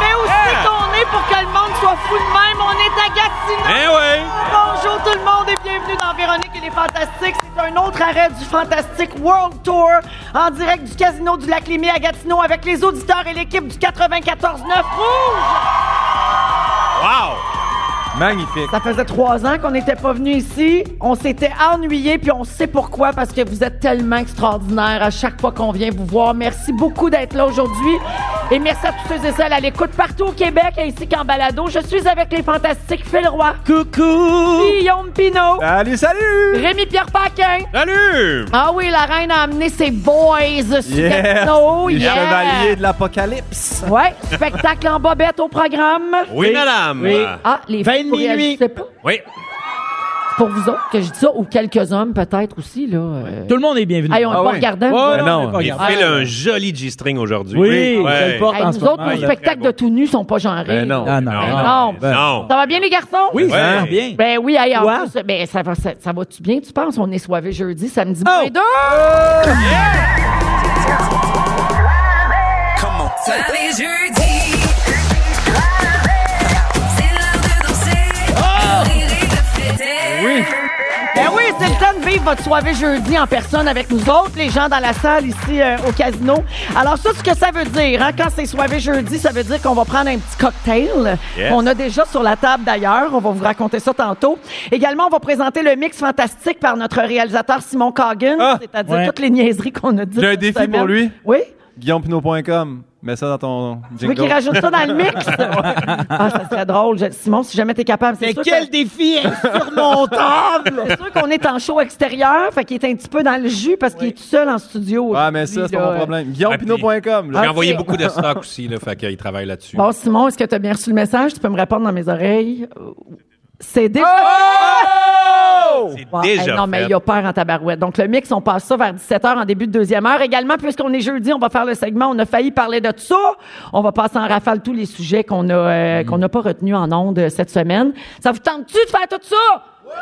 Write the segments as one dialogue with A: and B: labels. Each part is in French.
A: Mais où c'est qu'on est pour que le monde soit fou de même? On est à Gatineau! Bonjour tout le monde et bienvenue dans Véronique et les Fantastiques. C'est un autre arrêt du Fantastic World Tour en direct du Casino du Lac Lémy à Gatineau avec les auditeurs et l'équipe du 94-9 Rouge!
B: Magnifique.
A: Ça faisait trois ans qu'on n'était pas venu ici. On s'était ennuyé, puis on sait pourquoi, parce que vous êtes tellement extraordinaires à chaque fois qu'on vient vous voir. Merci beaucoup d'être là aujourd'hui. Et merci à tous ceux et celles à l'écoute partout au Québec, ainsi qu'en balado. Je suis avec les fantastiques Phil Roy,
B: Coucou!
A: Guillaume Pinault,
B: Allez, salut!
A: Rémi-Pierre Paquin.
B: Salut!
A: Ah oui, la reine a amené ses boys sur Gatineau.
B: Les
A: Yeah!
B: chevaliers de l'apocalypse.
A: Ouais, spectacle en bobette au programme.
C: Oui, madame.
B: Oui.
A: Ah, les
B: Vingt
A: filles, elles,
B: minuit.
A: je sais pas.
C: Oui.
A: Pour vous autres que je dis ça, ou quelques hommes peut-être aussi, là. euh,
D: Tout le monde est bienvenu.
A: Hey, on est
B: Ah
A: pas
B: oui.
A: regardant.
D: Oh,
B: Ben
D: non,
B: non.
D: on est
C: Il
D: pas
A: Ah,
C: fait
A: ouais.
C: un joli G-string aujourd'hui.
D: Oui, oui, je
C: Ouais.
D: le porte
A: Hey,
D: en ce
A: nous autres,
D: moment.
A: nos
D: là.
A: spectacles de tout nu sont pas genrés.
B: Ben non.
D: Ah non,
C: Non,
D: non.
A: non.
D: Ben,
C: Non.
A: Ça va bien, les garçons?
D: Oui, ça
C: Ouais.
D: va bien.
A: Ben oui, hey, en
D: Quoi?
A: plus, ben, ça va, ça, ça va-tu bien, tu penses? On est soivé jeudi, samedi,
D: Oh!
A: moins deux.
E: Soirée jeudi. C'est l'heure de danser, de rire et de fêter.
A: Ben oui, c'est le temps de vivre votre soirée jeudi en personne avec nous autres, les gens dans la salle ici euh, au casino. Alors ça, ce que ça veut dire, hein, quand c'est soirée jeudi, ça veut dire qu'on va prendre un petit cocktail.
C: Yes.
A: On a déjà sur la table d'ailleurs, on va vous raconter ça tantôt. Également, on va présenter le mix fantastique par notre réalisateur Simon Coggan,
B: Ah,
A: c'est-à-dire
D: ouais.
A: toutes les niaiseries qu'on a dites.
B: J'ai un
A: cette
B: défi
A: semaine.
B: pour lui.
A: Oui?
B: GuillaumePinot.com. Mets ça dans ton
A: Tu veux
B: jingle.
A: qu'il rajoute ça dans le mix? ah, ça serait drôle. Je- Simon, si jamais t'es capable. c'est
D: Mais
A: sûr
D: quel
A: que-
D: défi insurmontable!
A: C'est sûr qu'on est en show extérieur, fait qu'il est un petit peu dans le jus parce qu'il est tout seul en studio.
B: Ouais, Ah, mais ça, c'est
A: aujourd'hui,
B: pas mon
A: là.
B: problème. GuillaumePinot.com.
C: J'ai
B: là.
C: envoyé beaucoup de stock aussi, là, fait qu'il travaille là-dessus.
A: Bon, Simon, est-ce que tu as bien reçu le message? Tu peux me répondre dans mes oreilles. Euh, C'est déjà.
B: Oh!
C: C'est
A: Wow, hey,
C: déjà
A: non, mais
C: fait.
A: il a peur en tabarouette. Donc, le mix, on passe ça vers 17h en début de deuxième heure. Également, puisqu'on est jeudi, on va faire le segment. On a failli parler de tout ça. On va passer en rafale tous les sujets qu'on a,
C: Mm-hmm.
A: euh, qu'on n'a pas retenus en ondes euh, cette semaine. Ça vous tente-tu de faire tout ça?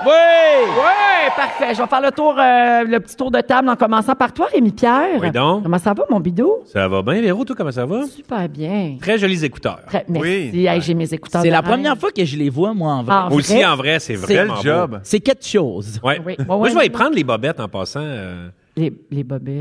B: Ouais!
A: Ouais, parfait. Je vais faire le tour, euh, le petit tour de table en commençant par toi, Rémi Pierre.
C: Oui, donc.
A: Comment ça va, mon bidou?
C: Ça va bien, Véro, toi, comment ça va?
A: Super bien.
C: Très jolis écouteurs.
A: Très- merci.
B: Oui.
A: Hey, j'ai mes écouteurs.
D: C'est
A: de
D: la
A: reine.
D: première fois que je les vois, moi, en vrai.
A: Ah,
C: Aussi, en vrai, c'est
B: Quel
C: vraiment beau.
B: job!
D: C'est quelque chose.
C: Ouais.
A: Oui.
C: Moi,
A: Ouais,
C: je
A: ouais.
C: vais y prendre les bobettes en passant, euh,
A: Les, les bobettes.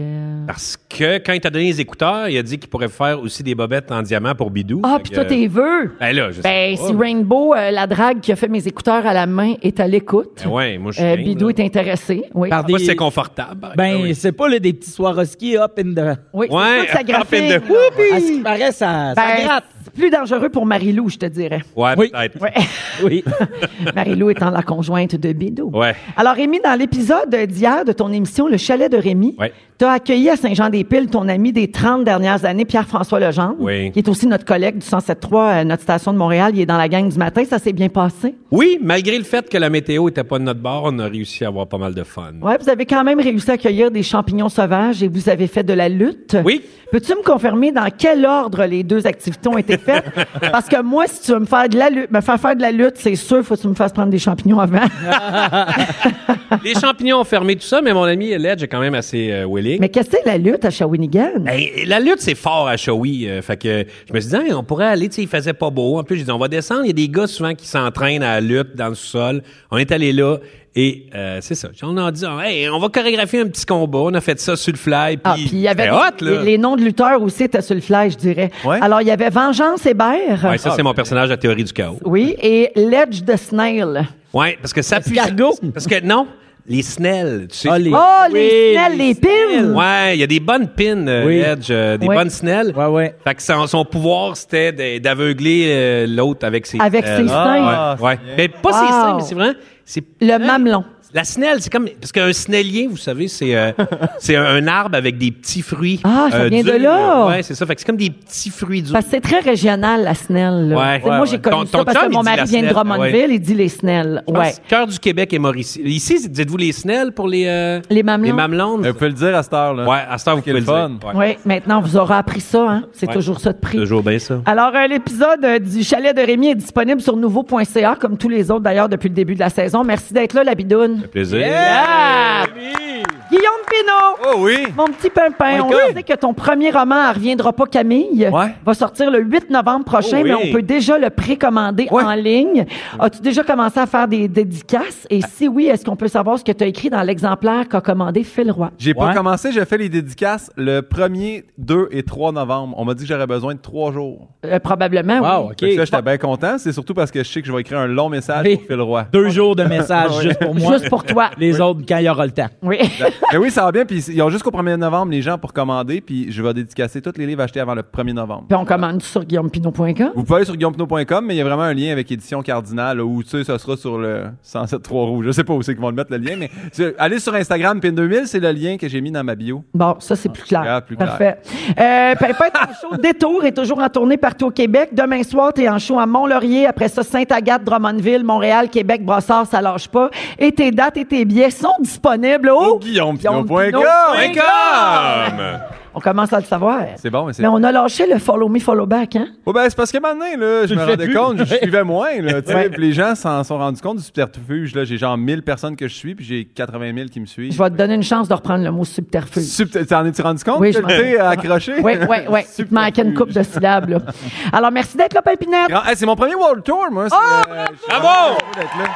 C: parce que quand il t'a donné les écouteurs, il a dit qu'il pourrait faire aussi des bobettes en diamant pour Bidou.
A: Ah,
C: Fait
A: puis
C: que-
A: toi, tes vœux.
C: Ben là, je sais
A: Ben,
C: pas.
A: si Rainbow, euh, la drague qui a fait mes écouteurs à la main, est à l'écoute.
C: Ben ouais, moi, je suis
A: Euh,
C: game,
A: Bidou
C: là.
A: est intéressé. Oui.
D: Par
C: Je sais pas
D: des-
C: si c'est confortable.
D: Ben,
C: Ah oui.
D: c'est pas là, des petits Swarovski hop in the...
A: Oui, c'est
C: Ouais.
A: sûr que ça graphine,
C: Ah,
A: là.
C: puis de-
D: À ce qui paraît, ça, ça
A: Ben,
D: gratte.
A: c'est plus dangereux pour Marie-Lou, je te dirais.
C: Ouais,
D: Oui.
C: peut-être.
A: Ouais.
D: Oui.
A: Marie-Lou étant la conjointe de Bidou.
C: Ouais.
A: Alors, Rémi, dans l'épisode d'hier de ton émission Le Chalet de Rémi,
C: Ouais.
A: tu as accueilli à Saint-Jean-des-Piles ton ami des 30 dernières années, Pierre-François Legendre,
C: Oui.
A: qui est aussi notre collègue du 107.3, euh, notre station de Montréal. Il est dans la gang du matin. Ça s'est bien passé.
C: Oui, malgré le fait que la météo était pas de notre bord, on a réussi à avoir pas mal de fun.
A: Ouais, vous avez quand même réussi à accueillir des champignons sauvages et vous avez fait de la lutte.
C: Oui.
A: Peux-tu me confirmer dans quel ordre les deux activités ont été faites? Parce que moi, si tu veux me faire de la lutte, me faire faire de la lutte, c'est sûr, faut que tu me fasses prendre des champignons avant.
C: Ah. Les champignons ont fermé tout ça, mais mon ami Ledge est quand même assez euh, willing.
A: Mais qu'est-ce que c'est la lutte à Shawinigan?
C: Hey, la lutte, c'est fort à Shawi. euh, fait que je me suis dit, Hey, on pourrait aller, tu sais, il faisait pas beau. En plus, j'ai dit, on va descendre. Il y a des gars souvent qui s'entraînent à la lutte dans le sol. On est allé là. Et euh, c'est ça. On a dit, hey, on va chorégraphier un petit combat. On a fait ça sur le fly. Puis,
A: Ah, puis il y avait
C: c'était hot, là.
A: les, les noms de lutteurs aussi étaient sur le fly, je dirais.
B: Ouais.
A: Alors, il y avait Vengeance Hébert.
C: Ouais, ça, c'est mon personnage à théorie du chaos.
A: Oui, et Ledge de Snail.
C: Ouais, parce que ça pue.
D: Escargot.
C: Parce que non, les snelles, tu sais.
D: Ah, les-
A: Oh, les
D: Oui,
A: Snails, les pins!
C: Ouais, il y a des bonnes pins, euh,
D: Oui.
C: Edge, euh, des
A: Ouais.
C: bonnes snelles.
D: Ouais, ouais.
C: Fait que son, son pouvoir, c'était d'a- d'aveugler euh, l'autre avec ses
A: Avec ses
B: seins.
C: ouais, ouais. Mais pas ses
A: Wow.
C: seins, mais c'est vraiment. c'est-
A: Le
C: hein,
A: mamelon.
C: La snelle, c'est comme. Parce qu'un snellier, vous savez, c'est euh, c'est un, un arbre avec des petits fruits. euh,
A: Ah, ça vient de
C: durs.
A: là.
C: Ouais, c'est ça. Fait que c'est comme des petits fruits durs.
A: Parce que c'est très régional, la Snell. là.
C: Ouais,
A: Tu sais,
C: ouais,
A: moi, j'ai
C: ouais.
A: connu
C: Ton-
A: ça
C: ton
A: parce
C: chum,
A: que mon
C: il dit la
A: mari vient de
C: Snell,
A: Drummondville,
C: ouais.
A: il dit les Snell.
C: Je pense
A: Ouais.
C: que Cœur du Québec et Mauricie. Ici, c'est- dites-vous les snelles pour les. euh,
A: Les mamelons.
C: Les mamelons.
B: Euh, Vous pouvez le dire à cette heure-là.
C: Ouais, à cette heure, vous
B: Quel
C: pouvez le
B: fun.
C: dire.
A: Oui,
C: Ouais.
A: maintenant, vous aurez appris ça. Hein? C'est
C: Ouais.
A: toujours ça de prix.
C: Toujours bien ça.
A: Alors, euh, l'épisode euh, du chalet de Rémi est disponible sur nouveau.ca, comme tous les autres d'ailleurs depuis le début de la saison. Merci d'être là, la bidoune.
C: Plaisir.
A: Yeah! Guillaume Pinot!
B: Oh oui! Oh
A: Mon petit pimpin, on
B: God.
A: sait que ton premier roman « reviendra pas Camille
B: Ouais.
A: va sortir le 8 novembre prochain,
C: Oh oui.
A: mais on peut déjà le précommander
B: Ouais.
A: en ligne. As-tu déjà commencé à faire des dédicaces? Et si oui, est-ce qu'on peut savoir ce que tu as écrit dans l'exemplaire qu'a commandé Phil Roy?
B: J'ai pas
D: Ouais.
B: commencé, j'ai fait les dédicaces le 1er, 2 et 3 novembre. On m'a dit que j'aurais besoin de 3 jours.
A: Euh, probablement,
D: Wow,
A: oui.
D: OK.
B: Fait que là, j'étais bien content. C'est surtout parce que je sais que je vais écrire un long message
D: Oui.
B: pour Phil Roy.
D: Deux jours de messages juste pour moi.
A: Juste pour toi.
D: Les autres, quand il y aura le temps.
A: Oui.
B: Mais oui, ça va bien. Puis ils ont jusqu'au 1er novembre les gens pour commander. Puis je vais dédicacer tous les livres achetés avant le 1er novembre.
A: Puis on commande sur guillaumepinot.com.
B: Vous pouvez aller sur guillaumepinot.com, mais il y a vraiment un lien avec Édition Cardinal, là, où tu sais, ça sera sur le 107.3 rouge. Je sais pas où c'est qu'ils vont le mettre, le lien, mais tu- allez sur Instagram, Pin2000, c'est le lien que j'ai mis dans ma bio.
A: Bon, ça, c'est plus clair.
B: clair, Ah, plus clair.
A: Parfait. Euh, Pimpin, ton show Détour est toujours en tournée partout au Québec. Demain soir, t'es en show à Mont-Laurier. Après ça, Sainte-Agathe, Drummondville, Montréal, Québec, Brossard, ça lâche pas. Et tes dates et tes billets sont disponibles au...
B: guillaumepinot.com!
C: Income!
A: On commence à le savoir.
B: C'est bon, mais c'est.
A: Mais on a lâché le follow me, follow back, hein?
B: Oh, ben, c'est parce que maintenant, là, je me
D: le fais
B: rendais
D: plus.
B: compte, je
D: Ouais.
B: suivais moins, là, tu sais, puis les gens s'en sont rendus compte du subterfuge, là. J'ai genre 1000 personnes que je suis, puis j'ai 80 000 qui me
A: Je
B: suivent.
A: vais te donner une chance de reprendre le mot subterfuge.
B: Subter- T'en es-tu rendu compte?
A: Oui,
B: que
A: je m'en-
B: le thé a accroché?
A: Oui, oui, oui. Il te manquait une coupe de syllabes, là. Alors, merci d'être là, Pimpinette.
B: Grand- Hey, c'est mon premier World Tour, moi. c'est,
A: Oh,
B: euh, je suis
C: bravo!
B: heureux d'être là.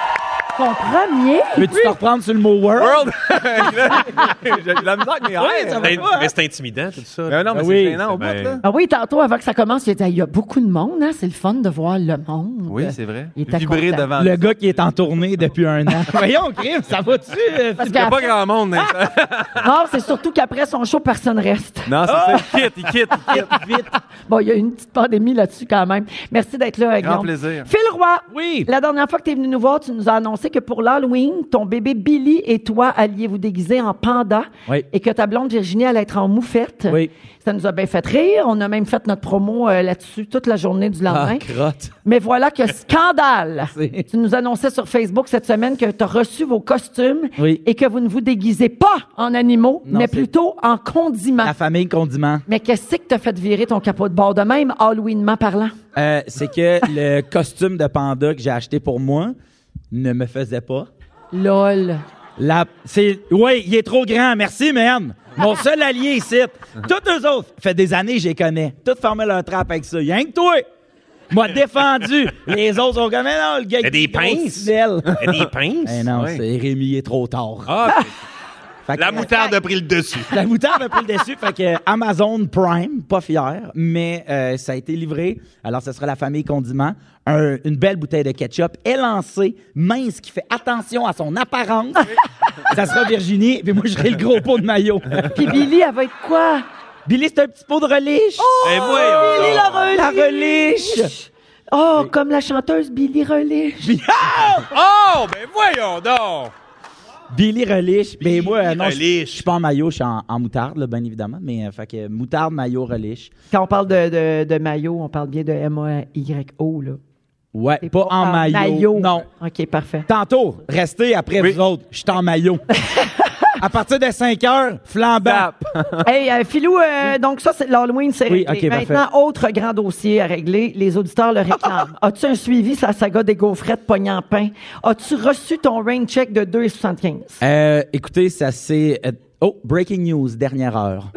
A: Ton premier.
D: Peux-tu te reprendre sur le mot World?
B: World! J'ai de la misère avec mes rêves.
C: C'est in- mais c'est intimidant, tout ça.
B: Mais Ben non, mais
D: Ah
B: c'est
D: oui,
B: gênant au bout,
C: c'est bien.
B: là.
A: Ah oui, tantôt, avant que ça commence, j'ai dit, il y a beaucoup de monde, hein? C'est le fun de voir le monde.
B: Oui, c'est vrai.
A: Il était
B: Vibrer
A: content.
B: devant.
D: Le gars qui est en tournée depuis un an. Voyons, Crime, ça va-tu? euh,
A: Parce
B: Il n'y a
A: qu'à-
B: pas grand monde. hein.
A: Non, c'est surtout qu'après son show, personne reste.
B: non, c'est ça. Il quitte, il quitte, il quitte.
D: Vite.
A: Bon, il y a une petite pandémie là-dessus quand même. Merci d'être là, euh,
B: Grand
A: Guillaume.
B: plaisir.
A: Phil Roy,
D: Oui.
A: la dernière fois que tu es venu nous voir, tu nous as annoncé que pour l'Halloween, ton bébé Billy et toi alliez vous déguiser en panda
D: Oui.
A: et que ta blonde Virginie allait être en moufette.
D: Oui.
A: Ça nous a bien fait rire. On a même fait notre promo euh, là-dessus toute la journée du
D: Ah,
A: lendemain.
D: crotte.
A: Mais voilà que scandale!
D: C'est-
A: Tu nous annonçais sur Facebook cette semaine que tu as reçu vos costumes
D: Oui.
A: et que vous ne vous déguisez pas en animaux,
D: Non,
A: mais
D: c'est-
A: plutôt en condiments.
D: La famille condiment.
A: Mais qu'est-ce que t'as fait virer ton capot de bord de même, Halloweenment parlant?
D: Euh, c'est que le costume de panda que j'ai acheté pour moi ne me faisait pas.
A: LOL.
D: La, c'est, oui, il est trop grand. Merci, man. Mon seul allié ici. Toutes les autres, fait des années, que je les connais. Toutes fermaient leur trappe avec ça. Y'a que toi. M'a défendu. Les autres sont comme, Mais non, le gars.
C: Il y a des
D: qui est gros,
C: pinces.
D: fidèle.
C: Ben, Il y a des pinces.
D: Eh non,
B: Oui.
D: c'est Rémi, il est trop tard.
C: Ah,
D: Fait que-
C: la moutarde a pris le dessus.
D: La moutarde a pris le dessus. Fait que euh, Amazon Prime, pas fier, mais euh, ça a été livré. Alors, ce sera la famille condiment. Un- une belle bouteille de ketchup élancée, mince, qui fait attention à son apparence. ça sera Virginie, puis moi, je serai le gros pot de maillot.
A: Puis Billy, elle va être quoi?
D: Billy, c'est un petit pot de relish.
C: Ben voyons donc.
D: la relish!
A: Oh, comme la chanteuse Billy Relish.
D: Bi- Ah!
C: Oh, ben voyons donc!
D: Billy Relish. Mais moi, euh, non, je je
C: Relish.
D: suis pas en maillot, je suis en, en moutarde, là, bien évidemment. Mais euh, fait que moutarde, maillot, relish.
A: Quand on parle de, de, de maillot, on parle bien de M-A-Y-O, là.
D: Ouais,
A: C'est
D: pas, en maillot. Non.
A: Ah, OK, parfait.
D: Tantôt, restez après
B: Oui.
D: vous autres. Je suis en maillot. à partir de 5 heures, flambant.
A: hey, euh, Philou, euh, donc ça, c'est l'Halloween, c'est
D: Oui,
A: réglé.
D: ok, parfait.
A: Maintenant, autre grand dossier à régler. Les auditeurs le réclament. As-tu un suivi sur la saga des gaufrettes pognant pain? As-tu reçu ton rain check de 2,75?
D: Euh, écoutez, ça c'est... euh, oh, breaking news, dernière heure.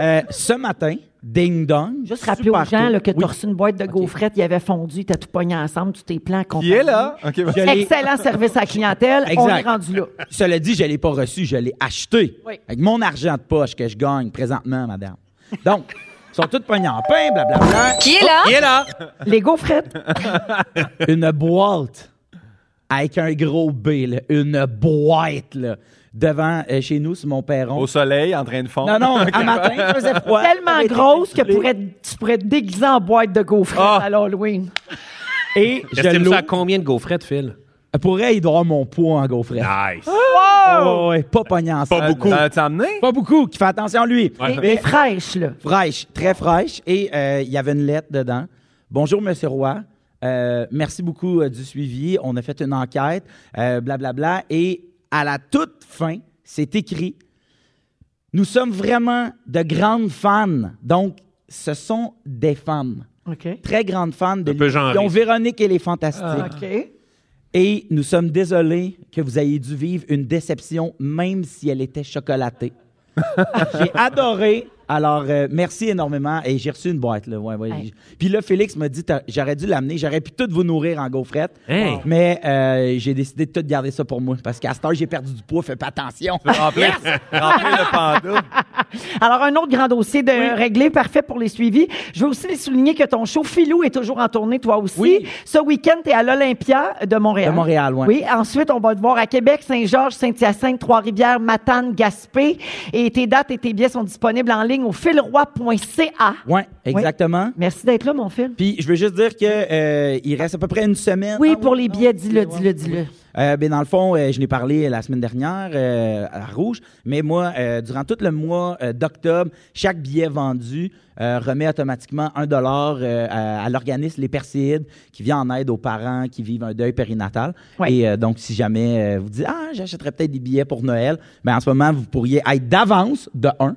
D: Euh, ce matin, Ding Dong.
A: Juste rappeler aux
D: Super
A: gens
D: cool.
A: là, que tu
D: Oui.
A: as reçu une boîte de gaufrettes, il avait fondu, t'as tout pogné ensemble, tous tes plans.
B: Qui est là? OK, vas-y.
D: Je l'ai-
A: Excellent service à la clientèle, on
D: Exact.
A: est rendu là.
D: Cela dit, je ne l'ai pas reçu, je l'ai acheté.
A: Oui.
D: Avec mon argent de poche que je gagne présentement, madame. Donc, ils sont tous pognés en pain, blablabla.
E: Qui est là?
C: Il est là!
A: Les gaufrettes,
D: Une boîte avec un gros B, là. une boîte, là, devant euh, chez nous, sur mon perron.
B: Au soleil, en train de fondre.
D: Non, non, un matin, il faisait froid.
A: tellement
D: J'avais été
A: grosses que
D: isolé.
A: pourrais- tu pourrais te déguiser en boîte de gaufrettes
B: Ah.
A: à l'Halloween.
D: Et je
C: Estime ça à
D: l'ouvre.
C: combien de gaufrettes, Phil?
D: Pourrait y doit mon poids en gaufrette.
C: Nice.
A: Ah!
D: Oh, ouais, pas pognant ça.
B: Pas beaucoup. T'as emmené?
D: Pas beaucoup, qui fait attention à lui.
A: Mais mais fraîches, là.
D: Fraîche, très fraîche. Et euh, il y avait une lettre dedans. Bonjour, Monsieur Roy. Euh, merci beaucoup euh, du suivi. On a fait une enquête, euh, blablabla. Et à la toute fin, c'est écrit Nous sommes vraiment de grandes fans. Donc, ce sont des femmes.
A: OK.
D: Très grandes fans de
C: Un peu genré.
D: ont Véronique et les Fantastiques.
A: OK.
D: Et nous sommes désolés que vous ayez dû vivre une déception, même si elle était chocolatée. j'ai adoré. Alors, euh, merci énormément. Et j'ai reçu une boîte, là. Ouais, ouais,
A: Hey.
D: j'ai- Puis là, Félix m'a dit, t'as- j'aurais dû l'amener. J'aurais pu tout vous nourrir en gaufrette.
C: Hey.
D: Mais euh, j'ai décidé de tout garder ça pour moi. Parce qu'à cette heure, j'ai perdu du poids. Fais pas attention.
B: Remplir remplir le panda.
A: Alors, un autre grand dossier de régler, parfait pour les suivis. Je veux aussi les souligner que ton show Filou est toujours en tournée, toi aussi.
D: Oui.
A: Ce week-end, tu es à l'Olympia de Montréal.
D: De Montréal, ouais.
A: Oui. Ensuite, on va te voir à Québec, Saint-Georges, Saint-Hyacinthe, Trois-Rivières, Matane, Gaspé. Et tes dates et tes billets sont disponibles en ligne au filroy.ca.
D: ouais, exactement.
A: Merci d'être là, mon fil.
D: Puis je veux juste dire que euh, il reste à peu près une semaine.
A: Oui,
D: Ah
A: pour les
D: ah
A: billets, dis-le,
D: oui,
A: dis-le,
D: oui.
A: dis-le.
D: Euh, ben, dans le fond, euh, je n'ai parlé la semaine dernière euh, à Rouge, mais moi, euh, durant tout le mois euh, d'octobre, chaque billet vendu euh, remet automatiquement un dollar euh, à, à l'organisme Les Perséides qui vient en aide aux parents qui vivent un deuil périnatal.
A: Ouais.
D: Et euh, donc, si jamais euh, vous dites Ah, j'achèterais peut-être des billets pour Noël, ben, en ce moment, vous pourriez être d'avance de un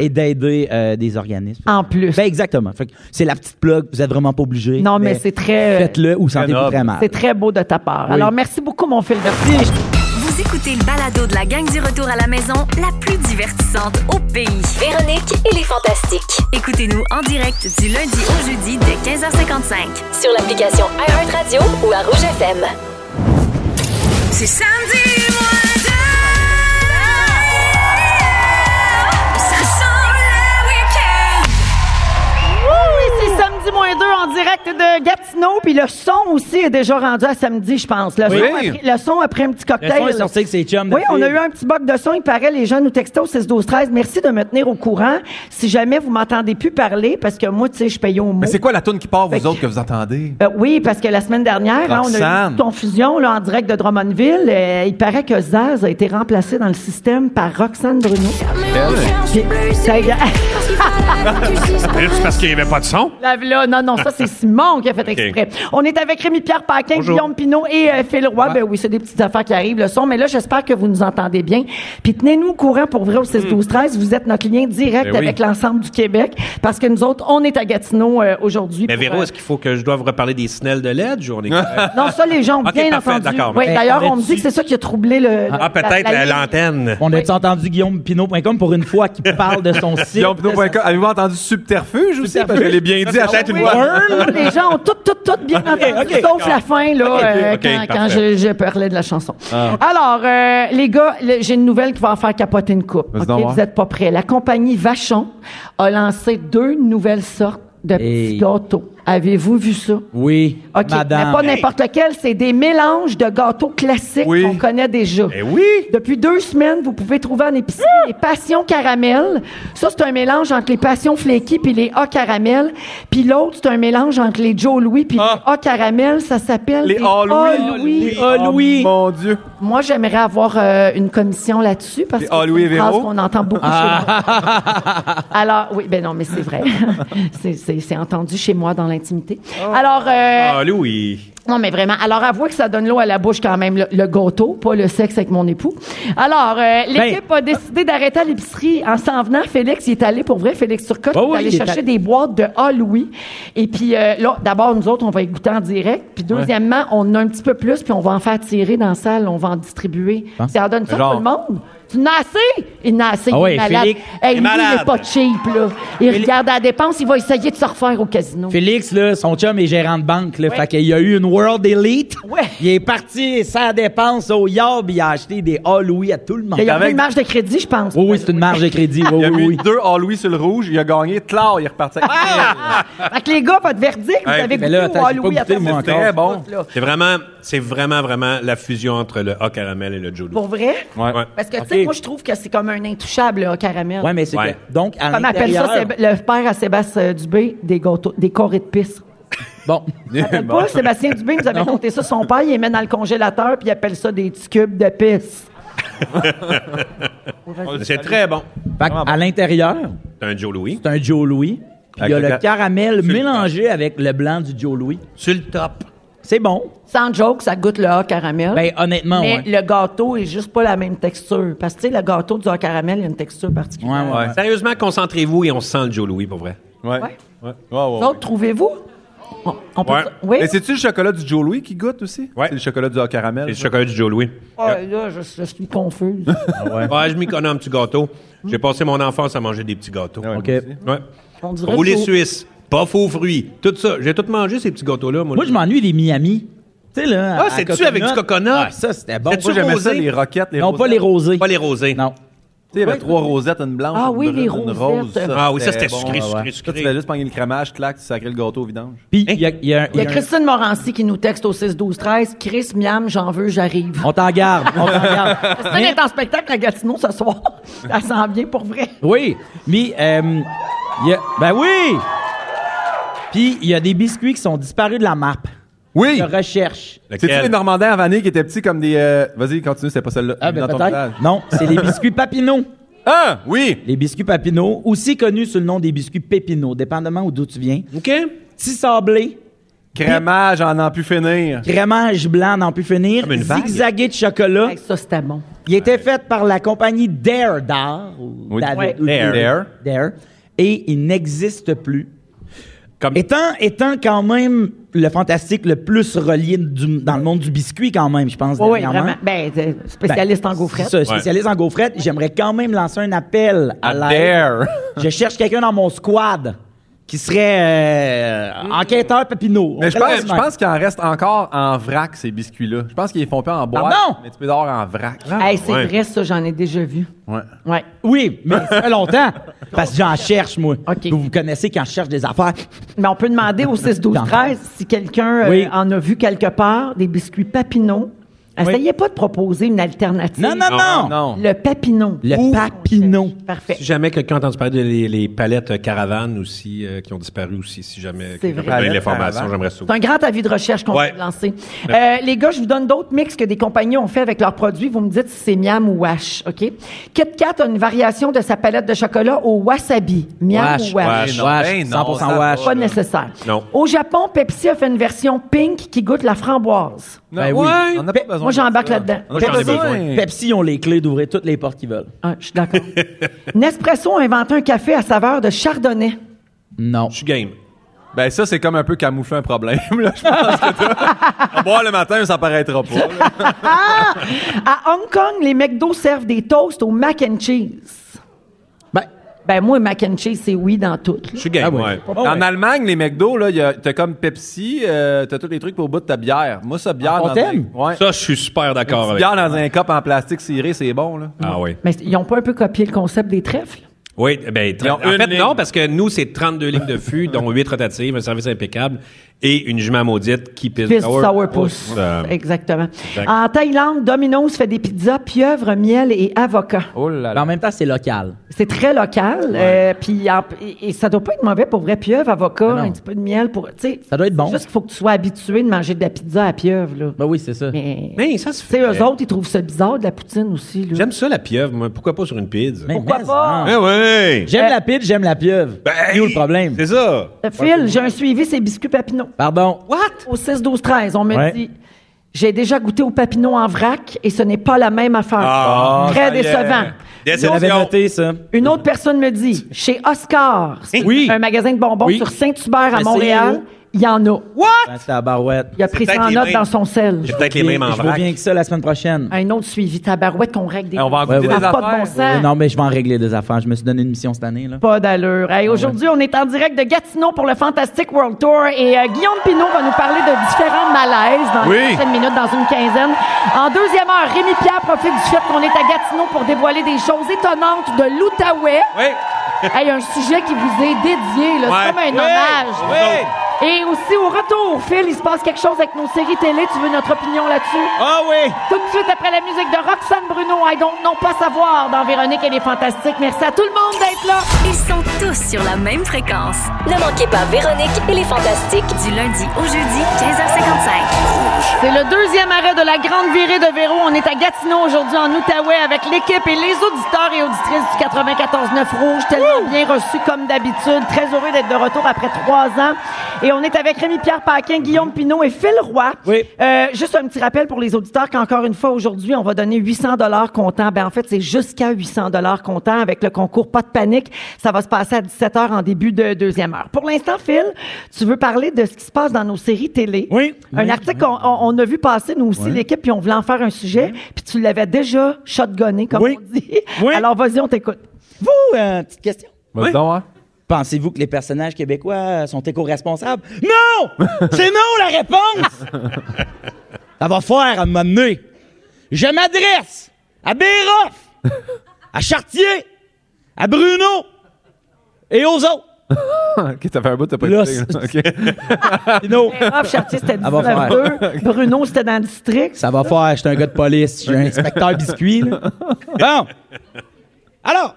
D: et d'aider euh, des organismes.
A: En plus.
D: Ben, exactement. Fait que c'est la petite plug, vous êtes vraiment pas obligé.
A: Non, mais c'est très- euh,
D: Faites-le ou sentez-vous
B: noble.
D: très mal.
A: C'est très beau de ta part.
D: Oui.
A: Alors, merci beaucoup, mon fil. Merci.
E: Vous écoutez le balado de la gang du retour à la maison, la plus divertissante au pays.
F: Véronique et les Fantastiques.
E: Écoutez-nous en direct du lundi au jeudi dès 15h55.
F: Sur l'application iHeartRadio ou à Rouge FM.
E: C'est samedi,
A: Oui, c'est samedi moins 2 en direct de Gatineau. Puis le son aussi est déjà rendu à samedi, je pense. Le, son,
B: Oui.
A: après, le son après un petit
D: Le
A: cocktail.
D: son est sorti que c'est chum. de
A: Oui, on a
D: fille.
A: eu un petit bug de son. Il paraît, les jeunes nous textos 6 12 13 Merci de me tenir au courant. Si jamais vous m'entendez plus parler, parce que moi, tu sais, je paye au mot.
B: Mais c'est quoi la toune qui part, vous autres, que vous entendez?
A: Euh, oui, parce que la semaine dernière, hein, on a eu
B: Roxane.
A: une confusion là, en direct de Drummondville. Euh, il paraît que Zaz a été remplacé dans le système par Roxane Bruno. Puis, ça-
C: Juste parce qu'il n'y avait pas de son?
A: Là, là, non, non, ça, c'est Simon qui a fait exprès. On est avec Rémi-Pierre Paquin,
C: Bonjour.
A: Guillaume Pinot et euh, Phil Roy. Ben oui, c'est des petites affaires qui arrivent, le son. Mais là, j'espère que vous nous entendez bien. Puis tenez-nous au courant pour vrai au
C: Hmm.
A: 6-12-13. Vous êtes notre lien direct
B: Ben oui.
A: avec l'ensemble du Québec parce que nous autres, on est à Gatineau euh, aujourd'hui.
C: Mais
A: pour,
C: Véro,
A: euh,
C: est-ce qu'il faut que je doive reparler des snelles de LED, journée? ah,
A: Non, ça, les gens ont
C: Ok,
A: bien
C: parfait,
A: entendu.
C: d'accord.
A: Oui,
D: Ben,
A: d'ailleurs, on me
D: aurais-tu-
A: dit que c'est ça qui a troublé le. la-
C: Ah, peut-être
A: la-
C: la-
A: la-
C: l'antenne.
D: On a-tu entendu guillaumepinot.com pour une fois qui parle de son site?
B: Guillaume.com. Avez-vous entendu subterfuge aussi? Parce que je l'ai bien dit à chaque
A: Oui,
B: fois.
A: les gens ont tout, tout, tout bien entendu,
D: ok.
A: sauf la fin, là, euh,
C: Ah. ok,
A: quand, quand
C: parfait. Ah.
A: je, je parlais de la chanson. Alors, euh, les gars, le- j'ai une nouvelle qui va en faire capoter une coupe.
B: Vas-y
A: OK,
B: donc voir.
A: vous n'êtes pas prêts. La compagnie Vachon a lancé deux nouvelles sortes de petits
D: Hey.
A: gâteaux. Avez-vous vu ça?
D: Oui,
A: OK, mais
D: madame.
A: pas n'importe lequel, c'est des mélanges de gâteaux classiques
B: Oui.
A: qu'on connaît déjà.
C: Eh oui!
A: Depuis deux semaines, vous pouvez trouver en épicerie les passions caramel. Ça, c'est un mélange entre les passions flaky puis les A caramel. Puis l'autre, c'est un mélange entre les Joe Louis puis
B: Ah.
A: les A caramel. Ça s'appelle
B: Les All
A: A
B: Louis.
A: Louis.
B: Oh, Mon Dieu.
A: Moi, j'aimerais avoir euh, une commission là-dessus parce
B: Les
A: que
B: A Louis
A: c'est une
B: Véro.
A: phrase qu'on entend beaucoup chez moi. Alors, oui, ben non, mais c'est vrai. C'est- c'est c'est entendu chez moi dans l'intimité.
B: Oh.
A: Alors, euh,
C: Ah, Louis!
A: non, mais vraiment. Alors, avouez que ça donne l'eau à la bouche quand même, le, le gâteau, pas le sexe avec mon époux. Alors,
D: Ben,
A: euh, l'équipe a décidé d'arrêter à l'épicerie. En s'en venant, Félix, il est allé pour vrai, Félix Turcotte,
D: Ouais,
A: il est
D: ouais,
A: allé
D: Ben il est
A: chercher
D: allé-
A: des boîtes de Ah Louis. Et puis, euh, là, d'abord, nous autres, on va y goûter en direct. Puis, deuxièmement, on en a un petit peu plus, puis on va en faire tirer dans la salle, on va en distribuer. Ça en donne ça à
B: Genre.
A: tout le monde? Tu n'as assez? Il n'a assez.
D: Hein? Ah
A: il
D: ouais,
A: est malade.
D: Félix,
A: Hey,
C: il est
A: lui, il
C: malade.
A: n'est pas cheap, là. Il regarde à la dépense, il va essayer de se refaire au casino.
D: Félix, là, son chum est gérant de banque. Là, Fait qu'il y a eu une World Elite.
A: Ouais.
D: Il est parti sans dépense au Yard, puis il a acheté des All Louis à tout le monde.
A: Il y a
B: Avec-
A: une marge de crédit, je pense.
D: Oui, oui, c'est une marge de crédit. Oui,
B: Il a
D: oui,
B: mis
D: oui.
B: deux all Louis sur le rouge, il a gagné, tlar, il est reparti.
A: Ah! Fait que les gars, votre verdict, vous
C: Hey,
A: avez
D: mais
A: goûté
D: là,
A: au
D: attends, j'ai pas
A: Halloween à
D: goûté, moi,
B: C'est très
D: encore.
B: bon.
C: C'est vraiment, c'est vraiment, vraiment la fusion entre le A caramel et le Jolo.
A: Pour vrai?
B: Ouais.
C: Ouais.
A: Parce que, tu sais,
D: Ok.
A: moi, je trouve que c'est comme un intouchable, là, au caramel.
D: Ouais, mais c'est
C: Ouais.
D: que. Donc, à
A: Comme appelle ça
D: l'intérieur-
A: Séb- le père à Sébastien euh, Dubé des, gâteaux, des corées de pisse.
D: Bon.
A: Appelle pas Sébastien Dubé nous avait compté ça. Son père, il les met dans le congélateur puis il appelle ça des petits cubes de pisse.
C: C'est très bon.
D: Fait que à l'intérieur,
C: C'est un Joe Louis.
D: c'est un Joe Louis. Puis il y a
B: Avec le
D: le
B: ca-
D: caramel mélangé avec le blanc du Joe Louis.
C: Sur le top.
D: C'est bon.
A: Sans joke, ça goûte le hot caramel.
D: Ben, honnêtement,
A: mais
D: ouais.
A: le gâteau est juste pas la même texture. Parce que, tu sais, le gâteau du hot caramel, il a une texture particulière.
D: Ouais, ouais. ouais.
C: Sérieusement, concentrez-vous et on sent le Joe Louis pour vrai.
B: Ouais.
A: Ouais.
B: Ouais, ouais,
A: Vous
B: ouais.
A: autres, trouvez-vous? On, on peut-
C: Ouais.
A: Oui?
B: Mais c'est-tu le chocolat du Joe Louis qui goûte aussi?
C: Ouais.
B: C'est le chocolat du caramel.
C: C'est le chocolat du Joe Louis.
A: Ah,
D: Euh,
A: là, je, je suis confuse.
D: Ah
B: Ah
C: Ouais, je m'y connais un petit gâteau. J'ai passé mon enfance à manger des petits gâteaux.
B: Ah Ouais,
D: OK.
B: moi aussi.
C: Ouais.
A: On dirait
C: Roulé
A: que-
C: suisse, pas faux fruits, tout ça. J'ai tout mangé ces petits gâteaux-là. Moi,
D: Moi, je m'ennuie des Miami. Tu sais, là. à-
C: Ah,
D: à
C: c'est-tu avec du coconut?
D: Ah, ça, c'était bon.
C: C'est-tu
B: Moi, j'aimais ça,
C: rosé?
B: les roquettes, les
D: Non,
B: rosettes.
D: pas les rosés.
C: Pas les rosés.
D: Non.
B: Tu sais, il y avait trois rosettes, une blanche,
A: Ah
B: une
A: oui,
B: brune,
A: les
B: une rose.
A: rosettes.
C: Ah oui, ça, c'était sucré,
B: ouais,
C: sucré,
B: ouais.
C: sucré.
B: Ça, tu vas juste pogner le cramage, clac, tu sacrais le gâteau au vidange.
D: Puis,
C: Hein?
D: il y a, il y a un-
A: Il y a
D: il y a un-
A: Christine Morancy qui nous texte au 6-12-13. Chris, miam, j'en veux, j'arrive.
D: On t'en garde. On t'en garde.
A: Christine est en spectacle à Gatineau ce soir. Elle s'en vient pour vrai.
D: Oui, mais euh, il y a- ben oui. Puis il y a des biscuits qui sont disparus de la map.
B: Oui!
D: Je recherche.
C: Lequel?
B: C'est-tu les Normandins à Vanille qui étaient petits comme des. euh, Vas-y, continue, c'était pas celle-là.
D: Ah
B: Dans
D: ben
B: ton village.
D: peut-être. Non, c'est les biscuits Papineau.
B: Ah! Oui!
D: Les biscuits Papineau, aussi connus sous le nom des biscuits Pépino, dépendamment d'où tu viens.
C: OK.
D: Petit sablé,
B: Crémage, j'en en pu finir.
D: crémage blanc, n'en plus finir,
C: Comme Ah, une vague.
D: zigzagué de chocolat.
A: Hey, ça, c'était bon.
D: Il était fait par la compagnie Dare d'art. ou
B: Oui,
D: Dare-
A: Ouais.
D: ou-
B: Dare.
D: Dare. Dare. Et il n'existe plus.
C: Comme-
D: Étant, étant quand même le fantastique le plus relié du- dans le monde du biscuit, quand même, je pense.
A: Oui, oui,
D: dernièrement.
A: vraiment. Ben, euh, spécialiste en gaufrettes.
D: C'est ça, spécialiste en gaufrettes. J'aimerais quand même lancer un appel à,
B: À
D: l'aide.
B: Dare.
D: Je cherche quelqu'un dans mon squad qui serait euh,
A: Mm.
D: enquêteur Papineau.
B: Mais je pense, je
D: Vraiment.
B: pense qu'il en reste encore en vrac, ces biscuits-là. Je pense qu'ils les font pas en boîte.
D: Pardon?
B: Mais tu peux d'or en vrac.
A: Hey, c'est
C: Ouais.
A: vrai, ça, j'en ai déjà vu.
B: Ouais.
A: Ouais.
D: Oui, mais ça fait longtemps. Parce que j'en cherche, moi.
A: OK.
D: Vous vous connaissez quand je cherche des affaires.
A: Mais on peut demander au 6-12-13 si quelqu'un euh,
D: Oui.
A: en a vu quelque part des biscuits papineaux. Essayez pas de proposer une alternative.
D: Non, non, non.
C: Non,
B: Non.
A: Le papineau.
D: Le
A: Où on
D: papineau.
A: cherche? Parfait.
C: Si jamais quelqu'un a entendu parler des les, les palettes euh, caravanes aussi, euh, qui ont disparu aussi, si jamais
A: C'est
C: quelqu'un
A: vrai.
C: peut donner
B: Palettes
C: l'information,
B: Caravane.
C: j'aimerais
A: C'est
C: ça.
A: un grand avis de recherche qu'on
C: Ouais.
A: vient de lancer. Euh, les gars, je vous donne d'autres mix que des compagnies ont fait avec leurs produits. Vous me dites si c'est miam ou wash, OK? Kit Kat a une variation de sa palette de chocolat au wasabi. Miam ou wash?
D: wash,
B: non,
D: wash,
B: ben non,
D: 100%
B: ça
D: wash.
A: Pas nécessaire.
C: Non.
A: Au Japon, Pepsi a fait une version pink qui goûte la framboise.
B: Non,
D: Ben
B: oui.
D: oui.
B: On n'a pas
D: Pe-
B: besoin
A: moi,
B: de ça.
A: j'embarque là-dedans.
B: On n'a pas
C: Moi, j'en ai
B: besoin.
D: Pepsi ont les clés d'ouvrir toutes les portes qu'ils veulent.
A: Ah, je suis d'accord. Nespresso a inventé un café à saveur de chardonnay.
D: Non.
C: Je suis game.
B: Ben ça, c'est comme un peu camoufler un problème, là, je pense que toi. boire le matin, ça paraîtra pas. là.
A: À Hong Kong, les McDo servent des toasts au mac and cheese.
D: Ben,
A: Ben moi, mac and cheese, c'est oui dans tout. là.
C: Je suis game,
D: Ah oui.
C: ouais.
D: Oh,
B: en
D: ouais.
B: Allemagne, les McDo, là, y a- t'as comme Pepsi, euh, t'as tous les trucs pour bout de ta bière. Moi, ça, bière
D: En
B: dans
D: Ah, fontaine?
B: un... Ouais.
C: Ça, je suis super d'accord
B: Petite
C: avec.
B: bière dans un cup en plastique ciré, c'est bon, là.
C: Ah oui.
A: Mais ils n'ont pas un peu copié le concept des trèfles?
C: Oui, ben, tra-
B: Ils ont
C: en
B: une
C: fait,
B: ligne.
C: non, parce que nous, c'est 32 lignes de fût, dont 8 rotatives, un service impeccable et une jument maudite qui pisse
A: Pisse
C: sour-
A: sourpuss.
C: Euh,
A: Exactement.
C: exact.
A: En Thaïlande, Domino's fait des pizzas pieuvre, miel et avocat.
B: Oh là
D: mais
B: là.
D: en même temps, c'est local.
A: C'est très local. euh, puis en- et, et ça doit pas être mauvais pour vrai. Pieuvre, avocat,
D: non.
A: un petit peu de miel pour. tu sais,
D: Ça doit être bon.
A: Juste qu'il faut que tu sois habitué de manger de la pizza à pieuvre. Là.
D: Ben oui, c'est ça.
A: Mais,
C: Mais ça se
A: tu sais,
C: fait.
A: eux autres, ils trouvent ça bizarre de la poutine aussi. Là.
C: J'aime ça, la pieuvre, moi. Pourquoi pas sur une pizza?
D: Mais-
A: Pourquoi
D: mais-
A: pas? Eh.
D: hein.
C: Eh oui!
D: J'aime la pide, j'aime la pieuvre. C'est où le problème?
C: Ben, C'est ça.
A: Euh, Phil, j'ai un suivi, c'est biscuits papineaux.
D: Pardon.
A: What? Au 6, 12, 13, on me
D: Ouais.
A: dit. J'ai déjà goûté au papineau en vrac et ce n'est pas la même affaire.
C: Ah,
A: Très
B: ça y est.
A: décevant.
D: Je l'avais noté, ça.
A: Une autre personne me dit, chez Oscar, c'est
D: Oui.
A: un magasin de bonbons
D: Oui.
A: sur Saint-Hubert à
D: Essayez-le.
A: Montréal, Il y en a.
D: Ben, c'est à Barouette.
A: Il a pris
C: peut-être
A: ça en
C: les
A: note
C: mêmes.
A: dans son sel.
C: J'ai peut-être les mêmes en
D: Je vous
C: vrac.
D: viens avec ça la semaine prochaine.
A: Un autre suivi tabarouette qu'on règle des
B: On va en
A: comptes.
B: goûter
D: ouais.
A: Ça
B: des
A: n'a pas de bon
B: affaires.
A: sens.
D: Ouais, Euh, non, mais je vais en régler des affaires. Je me suis donné une mission cette année. Là.
A: Pas d'allure. Hey,
C: Ah
A: Aujourd'hui, on est en direct de Gatineau pour le Fantastic World Tour et euh, Guillaume Pinot va nous parler de différents malaises dans
B: Oui.
A: les prochaines minutes, dans une quinzaine. En deuxième heure, Rémi Pierre profite du fait qu'on est à Gatineau pour dévoiler des choses étonnantes de l'Outaouais.
C: Oui.
A: Hey, un sujet qui vous est dédié, là.
C: Ouais.
A: c'est comme un
C: Oui.
A: hommage.
C: Oui.
A: Et aussi, au retour, Phil, il se passe quelque chose avec nos séries télé. Tu veux notre opinion là-dessus?
C: Ah oui.
A: Tout de suite après la musique de Roxane Bruno, I don't know pas savoir dans Véronique, elle est fantastique. Merci à tout le monde d'être là.
E: Ils sont tous sur la même fréquence.
F: Ne manquez pas Véronique et les Fantastiques.
E: Du lundi au jeudi, 15h55.
A: C'est le deuxième arrêt de la grande virée de Véro. On est à Gatineau aujourd'hui en Outaouais avec l'équipe et les auditeurs et auditrices du 94.9 Rouge. Tellement bien reçus comme d'habitude. Très heureux d'être de retour après trois ans. Et on est avec Rémi-Pierre Paquin, Guillaume Pinot et Phil Roy.
D: Oui.
A: Euh, juste un petit rappel pour les auditeurs qu'encore une fois, aujourd'hui, on va donner 800 dollars comptant. Ben, en fait, c'est jusqu'à 800 dollars comptant avec le concours Pas de panique. Ça va se passer à 17 h en début de deuxième heure. Pour l'instant, Phil, tu veux parler de ce qui se passe dans nos séries télé.
D: Oui.
A: Un
D: Oui.
A: article qu'on on- on a vu passer, nous aussi, l'équipe, puis on voulait en faire un sujet. Puis tu l'avais déjà shotgunné, comme
D: Oui.
A: on dit.
D: Oui.
A: Alors, vas-y, on t'écoute.
D: Vous, euh, petite question.
B: Vas-y donc, hein.
D: Pensez-vous que les personnages québécois euh, sont éco-responsables? Non! C'est non la réponse! Ça va faire à un moment donné. Je m'adresse à Béroff, à Chartier, à Bruno et aux autres.
B: Ok, t'as fait un bout, t'as pas
D: hein. Là,
B: écouté. là. Ok.
D: Bruno,
A: Hop, Chartier, c'était
D: Ah, bon,
A: 19-2. Bruno, c'était dans le district.
D: Ça va faire, j'étais un gars de police, je suis un inspecteur biscuit. là. Bon. Alors,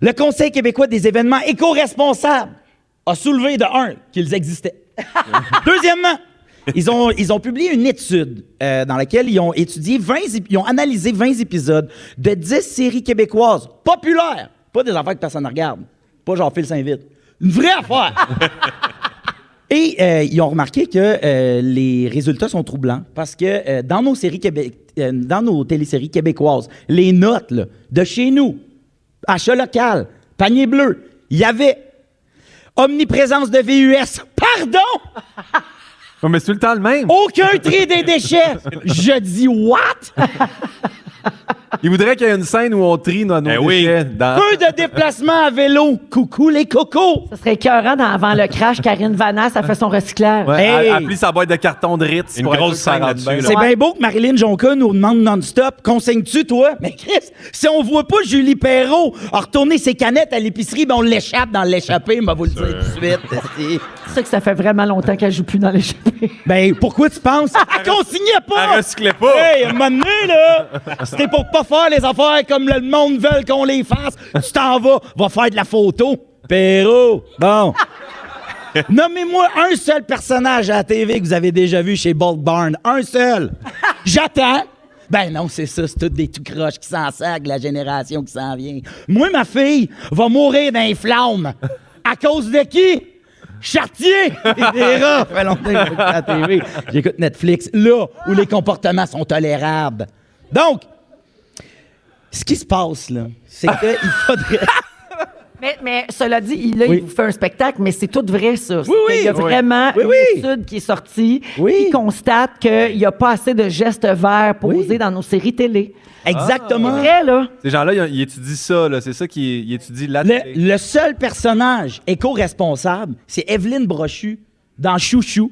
D: le Conseil québécois des événements éco-responsables a soulevé de un qu'ils existaient. Deuxièmement, ils ont, ils ont publié une étude euh, dans laquelle ils ont étudié 20, ép- ils ont analysé 20 épisodes de 10 séries québécoises populaires, pas des affaires que personne ne regarde, pas genre Phil Saint-Vite. Une vraie affaire! Et euh, ils ont remarqué que euh, les résultats sont troublants parce que euh, dans nos séries québé- euh, dans nos téléséries québécoises, les notes là, de chez nous, achat local, panier bleu, il y avait omniprésence de VUS. Pardon!
B: Ouais, mais c'est tout le temps le même.
D: Aucun tri des déchets! Je dis what?
B: Il voudrait qu'il y ait une scène où on trie nos, nos
C: Eh oui.
B: déchets dans.
D: Peu de déplacements à vélo. Coucou les cocos!
A: Ça serait écœurant dans avant le crash. Karine Vanasse a fait son recyclage.
B: Ouais,
D: Hey.
B: elle- elle plie sa boîte de carton de Ritz.
C: Une
B: pour être
C: grosse
B: sûre que ça
C: scène
B: rentre bien,
C: là-dessus,
D: C'est bien beau que Marilyn Jonca nous demande non-stop Consignes-tu, toi Mais Chris, si on voit pas Julie Perrault a retourné ses canettes à l'épicerie, ben on l'échappe dans l'échappée, on va vous le dire tout de suite. esti.
A: C'est sûr que ça fait vraiment longtemps qu'elle joue plus dans l'échappée.
D: Ben pourquoi tu penses Elle consignait
C: Elle
D: pas
C: recyclait pas.
D: Hey, à un moment donné, là, c'était pour pas faire les affaires comme le monde veut qu'on les fasse. Tu t'en vas, va faire de la photo. Perrault, bon. Nommez-moi un seul personnage à la TV que vous avez déjà vu chez Bolt Barn. Un seul. J'attends. Ben non, c'est ça, c'est toutes des tout croches qui s'en sacent, la génération qui s'en vient. Moi, ma fille va mourir dans les flammes. À cause de qui? Chartier et des rats. Ça fait longtemps que j'écoute la TV. J'écoute Netflix, là où les comportements sont tolérables. Donc, ce qui se passe, là, c'est qu'il faudrait...
A: Mais, mais cela dit, il, là,
D: Oui.
A: il vous fait un spectacle, mais c'est tout vrai, ça. C'est
D: Oui,
A: que
D: oui.
A: il y a
D: Oui.
A: vraiment
D: Oui,
A: une
D: oui.
A: étude qui est sortie
D: Oui.
A: qui constate qu'il n'y a pas assez de gestes verts posés dans nos séries télé.
D: Exactement.
A: Vrai, là.
B: Ces gens-là, ils, ils étudient ça, là. C'est ça qu'ils ils étudient la
D: Le,
B: télé.
D: le seul personnage éco-responsable, c'est Evelyne Brochu dans Chouchou,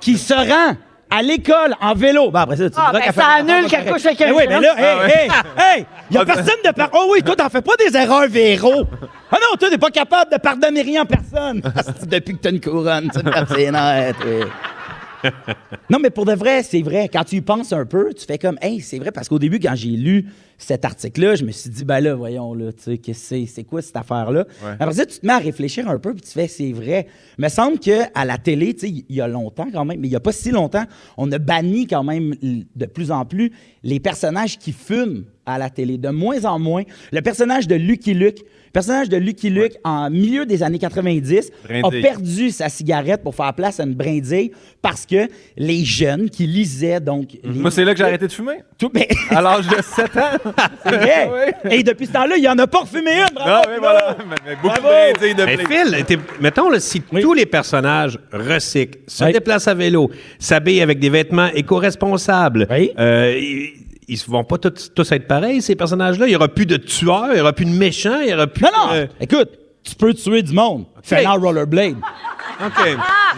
D: qui se rend à l'école en vélo. Ben après ça, tu
A: Ah,
D: diras
A: ben,
D: qu'elle
A: ça
D: fait-
A: annule qu'elle couche avec un Ah,
D: Eh oui,
A: jeune.
D: mais là, hey, hey, hey, il y
A: Ah, ben.
D: a personne de par... Oh oui, toi, t'en fais pas des erreurs, Véro. Ah non, toi, t'es pas capable de pardonner rien en personne. Depuis que t'as une couronne, tu te tapes ses nerfs, toi. Non, mais pour de vrai, c'est vrai. Quand tu y penses un peu, tu fais comme, hey, c'est vrai, parce qu'au début, quand j'ai lu cet article-là, je me suis dit, ben là, voyons, là, tu sais, qu'est-ce que c'est, c'est quoi cette affaire-là? Après ça, tu te mets à réfléchir un peu, puis tu fais, c'est vrai. me semble qu'à la télé, tu sais, il y a longtemps quand même, mais il n'y a pas si longtemps, on a banni quand même l- de plus en plus les personnages qui fument à la télé, de moins en moins. Le personnage de Lucky Luke, le personnage de Lucky Luke en milieu des années 90
B: Brindille.
D: a perdu sa cigarette pour faire place à une brindille parce que les jeunes qui lisaient donc les-
B: Mhm. Moi, c'est là que j'ai arrêté de fumer.
D: tout mais
B: À l'âge de 7 ans.
D: c'est vrai. Et depuis ce temps-là, il y en a pas refumé une. bravo,
B: Non, mais
D: Pino.
B: voilà. Mais, mais beaucoup
D: Bravo.
B: de brindilles de
C: Mais
B: blé.
C: Phil, t'es- mettons, là, si tous les personnages recyclent, se
D: Oui.
C: déplacent à vélo, s'habillent avec des vêtements éco-responsables,
D: Oui.
C: euh, ils ils vont pas tous, tous être pareils, ces personnages-là. Il n'y aura plus de tueurs, il n'y aura plus de méchants, il n'y aura plus
D: Non non,
C: de-
D: écoute, tu peux tuer du monde. Fais un rollerblade.
C: OK.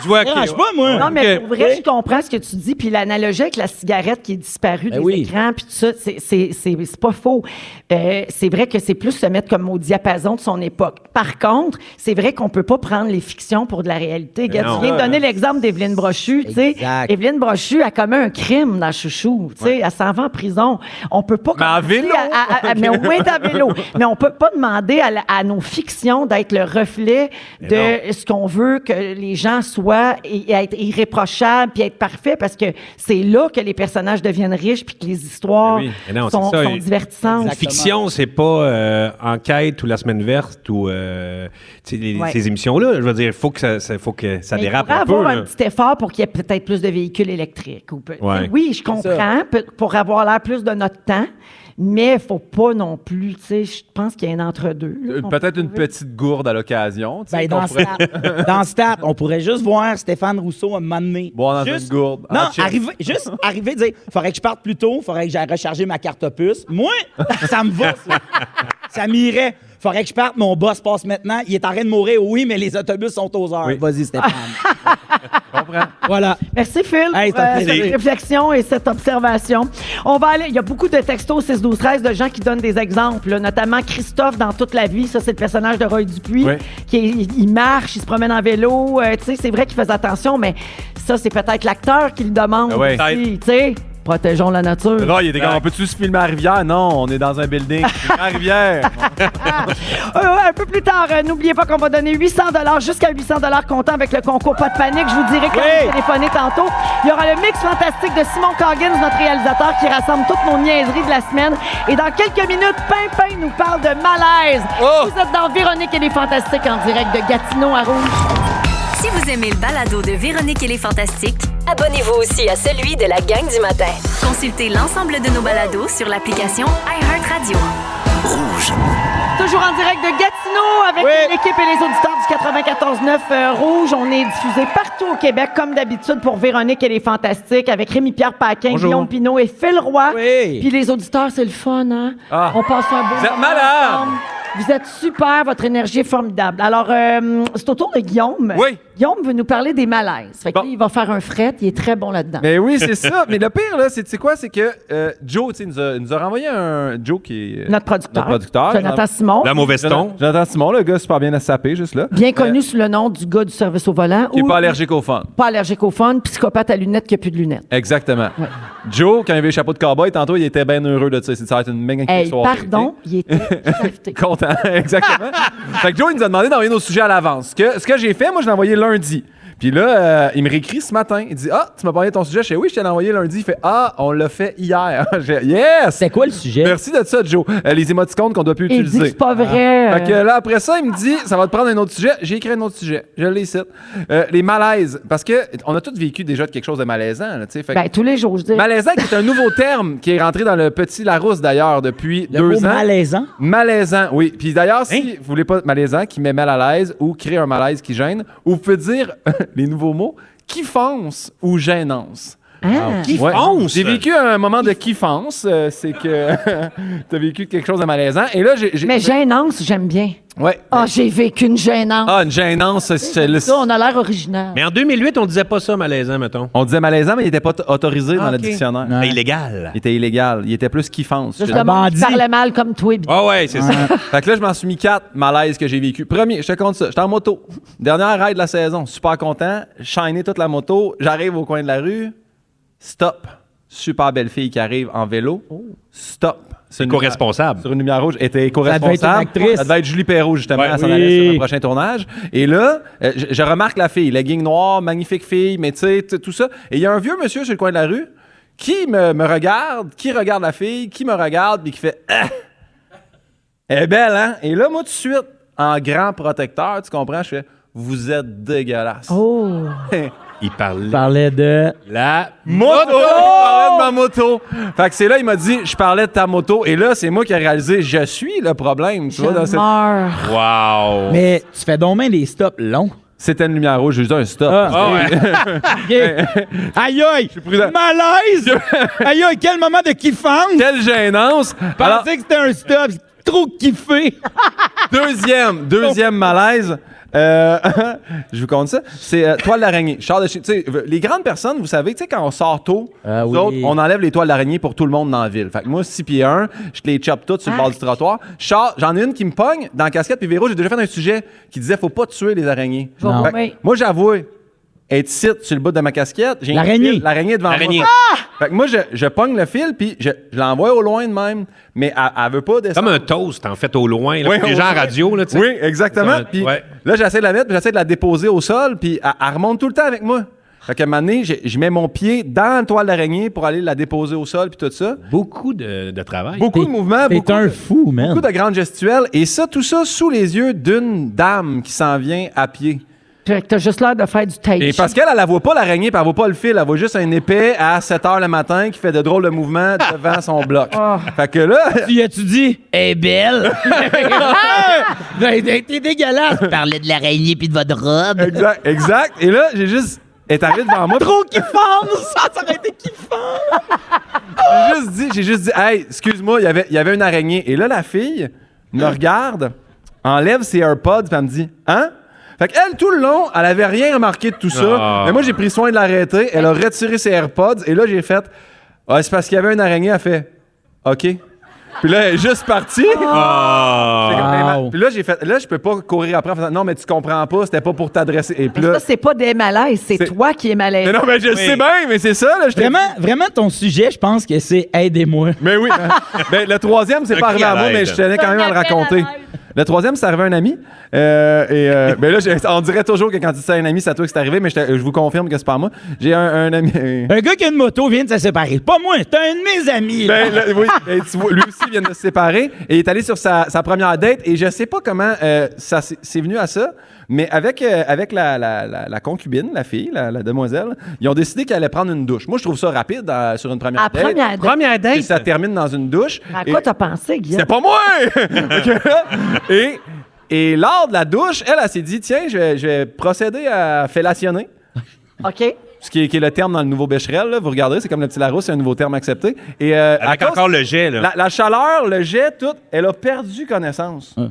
C: Je vois
D: Dérange
C: que-
D: pas moi.
A: Non, mais pour vrai,
D: Oui.
A: je comprends ce que tu dis. Puis l'analogie avec la cigarette qui est disparue
D: Ben
A: des
D: oui.
A: écrans, puis tout ça, c'est- c'est c'est- c'est pas faux. Euh, c'est vrai que c'est plus se mettre comme au diapason de son époque. Par contre, c'est vrai qu'on peut pas prendre les fictions pour de la réalité. Regarde,
C: non.
A: tu viens de donner l'exemple d'Evelyne Brochu. tu sais.
D: Ben Exact.
A: Evelyne Brochu a commis un crime dans Chouchou. tu sais. Elle s'en va en prison. On peut pas...
B: Mais en
A: commencer
B: vélo.
A: à- à- à- mais oui, à vélo. Mais on peut pas demander à, la- à nos fictions d'être le reflet de
C: non.
A: ce qu'on veut que les gens soient et, et être irréprochables puis être parfaits parce que c'est là que les personnages deviennent riches puis que les histoires
C: Ben oui. Mais non,
A: sont,
C: c'est ça.
A: sont
C: Il-
A: divertissantes.
D: Exact.
C: Fiction, c'est pas euh, enquête ou la semaine verte ou euh, tu sais, les-
A: Ouais.
C: ces émissions-là. Je veux dire, il faut que ça, ça- faut que ça
A: Mais il
C: dérape
A: pourrait
C: un peu.
A: avoir
C: là.
A: un petit effort pour qu'il y ait peut-être plus de véhicules électriques. Ou peut-
C: Ouais.
A: Oui, je
D: C'est
A: comprends, pe- pour avoir l'air plus de notre temps, mais faut pas non plus, tu sais, je pense qu'il y a un entre-deux. là,
B: Euh,
A: qu'on
B: Peut-être
A: peut
B: une
A: trouver.
B: petite gourde à l'occasion. tu sais,
D: Ben,
B: qu'on
D: dans,
B: pourrait-
D: Stat, dans Stat, on pourrait juste voir Stéphane Rousseau à un moment donné.
B: Boire dans
D: Juste-
B: une gourde.
D: Non,
B: en chips.
D: arriver, juste arriver et dire faudrait que je parte plus tôt, faudrait que j'aille recharger ma carte opus. Moi, ça me va, ça. Ça m'irait. Faudrait que je parte, mon boss passe maintenant. Il est en train de mourir, oui, mais les autobus sont aux heures.
B: Oui.
D: Vas-y, Stéphane. Voilà.
A: Merci Phil
D: Hey,
A: pour
D: c'est un
A: euh,
D: plaisir.
A: cette réflexion et cette observation. On va aller, il y a beaucoup de textos 6 12 13 de gens qui donnent des exemples, là, notamment Christophe dans toute la vie, ça c'est le personnage de Roy Dupuis
B: Ouais.
A: qui est- il- il marche, il se promène en vélo, euh, tu sais, c'est vrai qu'il faisait attention mais ça c'est peut-être l'acteur qui le demande
B: Ah ouais.
A: aussi, tu sais. Protégeons la nature.
B: Non, Ah, il était comme, on peut-tu se filmer à Rivière? Non, on est dans un building. à Rivière.
A: Euh, un peu plus tard, euh, n'oubliez pas qu'on va donner 800 dollars jusqu'à 800 dollars comptant avec le concours Pas de panique. Je vous dirai quand
D: Oui.
A: vous téléphonez tantôt. Il y aura le mix fantastique de Simon Coggins, notre réalisateur, qui rassemble toutes nos niaiseries de la semaine. Et dans quelques minutes, Pimpin nous parle de malaise. Vous êtes dans Véronique et les Fantastiques en direct de Gatineau à Rouge.
E: Si vous aimez le balado de Véronique et les Fantastiques,
F: Abonnez-vous aussi à celui de la gang du matin.
E: consultez l'ensemble de nos balados sur l'application iHeartRadio.
A: Toujours en direct de Gatineau avec l'équipe et les auditeurs du 94-9 euh, Rouge. On est diffusé partout au Québec, comme d'habitude, pour Véronique et les Fantastiques, avec Rémi-Pierre Paquin,
C: Bonjour.
A: Guillaume Pinot et Phil Roy.
D: Oui.
A: Puis les auditeurs, c'est le fun, hein?
B: Ah.
A: On passe un beau
B: Vous êtes
A: moment
B: malades.
A: ensemble. Vous êtes super, votre énergie est formidable. Alors, euh, c'est au tour de Guillaume.
B: Oui.
A: Guillaume veut nous parler des malaises. Fait que
B: Bon.
A: lui, il va faire un fret, il est très bon là-dedans.
B: Mais oui, c'est ça. Mais le pire, là, c'est tu sais quoi? C'est que euh, Joe, tu sais, nous a, nous a renvoyé un. Joe qui est. euh,
A: Notre producteur,
B: Notre producteur.
A: Jonathan Simon,
C: L'âme au veston.
B: Jonathan Jonathan Simon, le gars super bien à saper, juste là.
A: bien connu sous le nom du gars du service au volant.
B: Qui est
A: ou-
B: pas allergique au fun.
A: pas allergique au fun, psychopathe à lunettes qui a plus de lunettes.
B: Exactement. Joe, quand il avait le chapeau de cowboy, tantôt, il était bien heureux de ça. Ça va être une méga
A: Hey,
B: soirée,
A: pardon, il était
B: t'sais.
A: crafté.
B: Content, exactement. fait que Joe, il nous a demandé d'envoyer nos sujets à l'avance. Ce que, ce que j'ai fait, moi, je l'ai envoyé lundi. Puis là, euh, il me réécrit ce matin. Il dit Ah, tu m'as parlé de ton sujet. Je fais Oui, je t'ai envoyé lundi. Il fait Ah, on l'a fait hier. J'ai fait, yes
D: C'est quoi le sujet?
B: Merci de ça, Joe. Euh, les émoticônes qu'on doit plus
A: Il dit que
B: utiliser.
A: c'est pas vrai.
B: Ah.
A: euh,
B: Fait que là, après ça, il me dit, ça va te prendre un autre sujet. J'ai écrit un autre sujet. Je l'ai ici. Euh, les malaises. Parce que on a tous vécu déjà de quelque chose de malaisant. Là, tu sais. fait que-
A: Ben, tous les jours, je dis.
B: malaisant, qui est un nouveau terme qui est rentré dans le petit Larousse, d'ailleurs, depuis
D: Le
B: deux
D: mot
B: ans.
D: malaisant.
B: Malaisant, oui. Puis d'ailleurs, si vous voulez pas malaisant qui met mal à l'aise ou crée un malaise qui gêne, ou vous pouvez dire les nouveaux mots kiffance ou gênance.
A: hein?
B: Ouais.
C: Kiffance?
B: J'ai vécu un moment de kiffance, euh, c'est que t'as vécu quelque chose de malaisant. Et là, j'ai. j'ai-
A: Mais gênance, j'aime bien.
B: Ouais.
A: Ah, j'ai vécu une gênance.
B: Ah, une gênance, c'est le-
A: Ça, on a l'air original.
C: Mais en 2008, on disait pas ça malaisant, mettons.
B: On disait malaisant, mais il était pas t- autorisé dans
C: Ah,
B: le
C: ok.
B: dictionnaire.
D: Ouais.
C: Mais illégal.
B: Il était illégal. Il était plus kiffance.
A: Je
B: je-
A: demande qu'il
D: bandit.
A: parlait mal comme toi. Bibi.
C: Ah ouais, c'est ça.
B: Fait que là, je m'en suis mis quatre malaises que j'ai vécu. Premier, je te compte ça. J'étais en moto. Dernière ride de la saison. Super content. Shiné toute la moto. J'arrive au coin de la rue. Stop. Super belle fille qui arrive en vélo. Stop. C'est une
C: Éco-responsable.
B: Sur une lumière rouge. Elle était éco-responsable.
D: Ça devait être une actrice.
B: Ça devait être Julie Perrault, justement.
C: Ouais.
B: Elle s'en
D: Oui.
B: allait sur un prochain tournage. Et là, euh, je, je remarque la fille. Legging noir, magnifique fille, mais tu sais, t- tout ça. Et il y a un vieux monsieur sur le coin de la rue qui me, me regarde, qui regarde la fille, qui me regarde, puis qui fait Ah! Elle est belle, hein? Et là, moi, tout de suite, en grand protecteur, tu comprends, je fais Vous êtes dégueulasse.
D: Oh!
C: Il parlait.
D: parlait de.
C: La
B: Moto! Il parlait Oh, de
C: Oh!
B: ma moto. Fait que c'est là, il m'a dit, je parlais de ta moto. Et là, c'est moi qui ai réalisé, je suis le problème. Tu vois, dans cette-
D: Meurs.
C: Wow!
D: Mais tu fais donc bien des stops longs.
B: C'était une lumière rouge, j'ai dit un stop.
D: Ah.
C: Ah ouais.
D: Aïe aïe!
B: prudent.
D: Malaise! aïe aïe, quel moment de kiffance! Je
B: Quelle gênance!
D: pensais
B: Alors,
D: que c'était un stop. J'ai Trop kiffé!
B: deuxième, deuxième malaise. Euh, je vous compte ça. C'est euh, toile d'araignée. Je sors de chez- tu sais, Les grandes personnes, vous savez, tu sais, quand on sort tôt,
D: Ah
B: nous
D: oui.
B: autres, on enlève les toiles d'araignée pour tout le monde dans la ville. Fait que moi, 6 pieds 1, je les chope toutes sur le bord du trottoir. Je sors- J'en ai une qui me pogne dans la casquette. Puis Véro, j'ai déjà fait un sujet qui disait faut pas tuer les araignées.
G: vais
B: Fait que
G: vomir.
B: moi, j'avoue, être ici sur le bout de ma casquette, j'ai une
D: L'araignée.
B: file- l'araignée devant
C: L'araignée.
B: moi. Fait que moi, je, je pogne le fil, puis je, je l'envoie au loin de même, mais elle, elle veut pas descendre.
C: Comme un toast, en fait, au loin. Là,
B: Oui,
C: pour les
B: oui.
C: gens à radio, là, tu sais.
B: Oui, exactement.
C: Ça,
B: Puis
C: ouais.
B: là, j'essaie de la mettre, puis j'essaie de la déposer au sol, puis elle, elle remonte tout le temps avec moi. Fait qu'à un moment donné, j'ai- je mets mon pied dans la toile d'araignée pour aller la déposer au sol, puis tout ça.
C: Beaucoup de, de travail.
B: Beaucoup de mouvements,
D: T'es
B: beaucoup,
D: un
B: de-
D: fou, man.
B: beaucoup de grandes gestuelles, et ça, tout ça sous les yeux d'une dame qui s'en vient à pied.
G: Fait que T'as juste l'air de faire du tai
B: Et
G: chi.
B: parce qu'elle, elle la voit pas l'araignée, puis elle voit pas le fil, elle voit juste un épais à 7 h le matin qui fait de drôles de mouvements devant son bloc.
D: Ah.
B: Fait que là,
D: Tu as-tu dit? Eh belle! Ben, ben, T'es dégueulasse! Parler de l'araignée puis de votre robe.
B: exact, exact. Et là, j'ai juste, elle est arrivée devant moi. puis
D: Trop kiffant! Ça, ça aurait été kiffant!
B: J'ai juste dit, j'ai juste dit, hey, excuse-moi, il y avait- il y avait une araignée. Et là, la fille me regarde, enlève ses AirPods, puis elle me dit, hein? Fait qu'elle, tout le long, elle avait rien remarqué de tout ça.
C: Ah.
B: Mais moi, j'ai pris soin de l'arrêter. Elle a retiré ses AirPods. Et là, j'ai fait, ah, c'est parce qu'il y avait une araignée. Elle fait, OK. Puis là, elle est juste partie.
C: Ah!
B: Fait que,
D: Wow.
B: Puis là, j'ai fait, là, je peux pas courir après en faisant, non, mais tu comprends pas, c'était pas pour t'adresser. Et puis là,
G: Ça, c'est pas des malaises, c'est
B: C'est-
G: toi qui es
B: mais
G: malaise.
B: non, mais je sais bien, mais c'est ça, là. je t'ai-
D: Vraiment, vraiment, ton sujet, je pense que c'est aidez-moi.
B: Mais oui. ben, le troisième, c'est
C: Un
B: pas
C: cri
B: arrivé à
C: à
B: moi,
C: l'aide.
B: mais je tenais quand même à le
A: appel à
B: raconter.
A: l'aide.
B: Le troisième, c'est arrivé à un ami. Euh, et, euh, ben là, j'ai- on dirait toujours que quand tu dis ça à un ami, c'est à toi que c'est arrivé, mais je, te- je vous confirme que c'est pas à moi. J'ai un, un ami. un-
D: Un gars qui a une moto vient de se séparer. Pas moi, c'est un de mes amis. là.
B: Ben, là, oui, ben, tu vois, lui aussi vient de se séparer et il est allé sur sa, sa première date et je sais pas comment euh, ça s'est- c'est venu à ça, mais avec, euh, avec la, la- la- la concubine, la fille, la, la demoiselle, ils ont décidé qu'elle allait prendre une douche. Moi, je trouve ça rapide euh, sur une première
G: À
B: date.
G: première date.
C: Première
B: Et
C: date.
B: ça termine dans une douche.
G: À
B: Et-
G: quoi t'as pensé, Guillaume?
B: C'était pas moi! Ok. et, et lors de la douche, elle, elle s'est dit, tiens, je vais, je vais procéder à fellationner.
G: OK?
B: Ce qui est, qui est le terme dans le nouveau Becherel, là. vous regardez, c'est comme le petit Larousse, c'est un nouveau terme accepté. Et euh, à
C: Avec
B: cause-
C: encore le jet, là.
B: la, la chaleur, le jet, tout, elle a perdu connaissance.
G: Hein.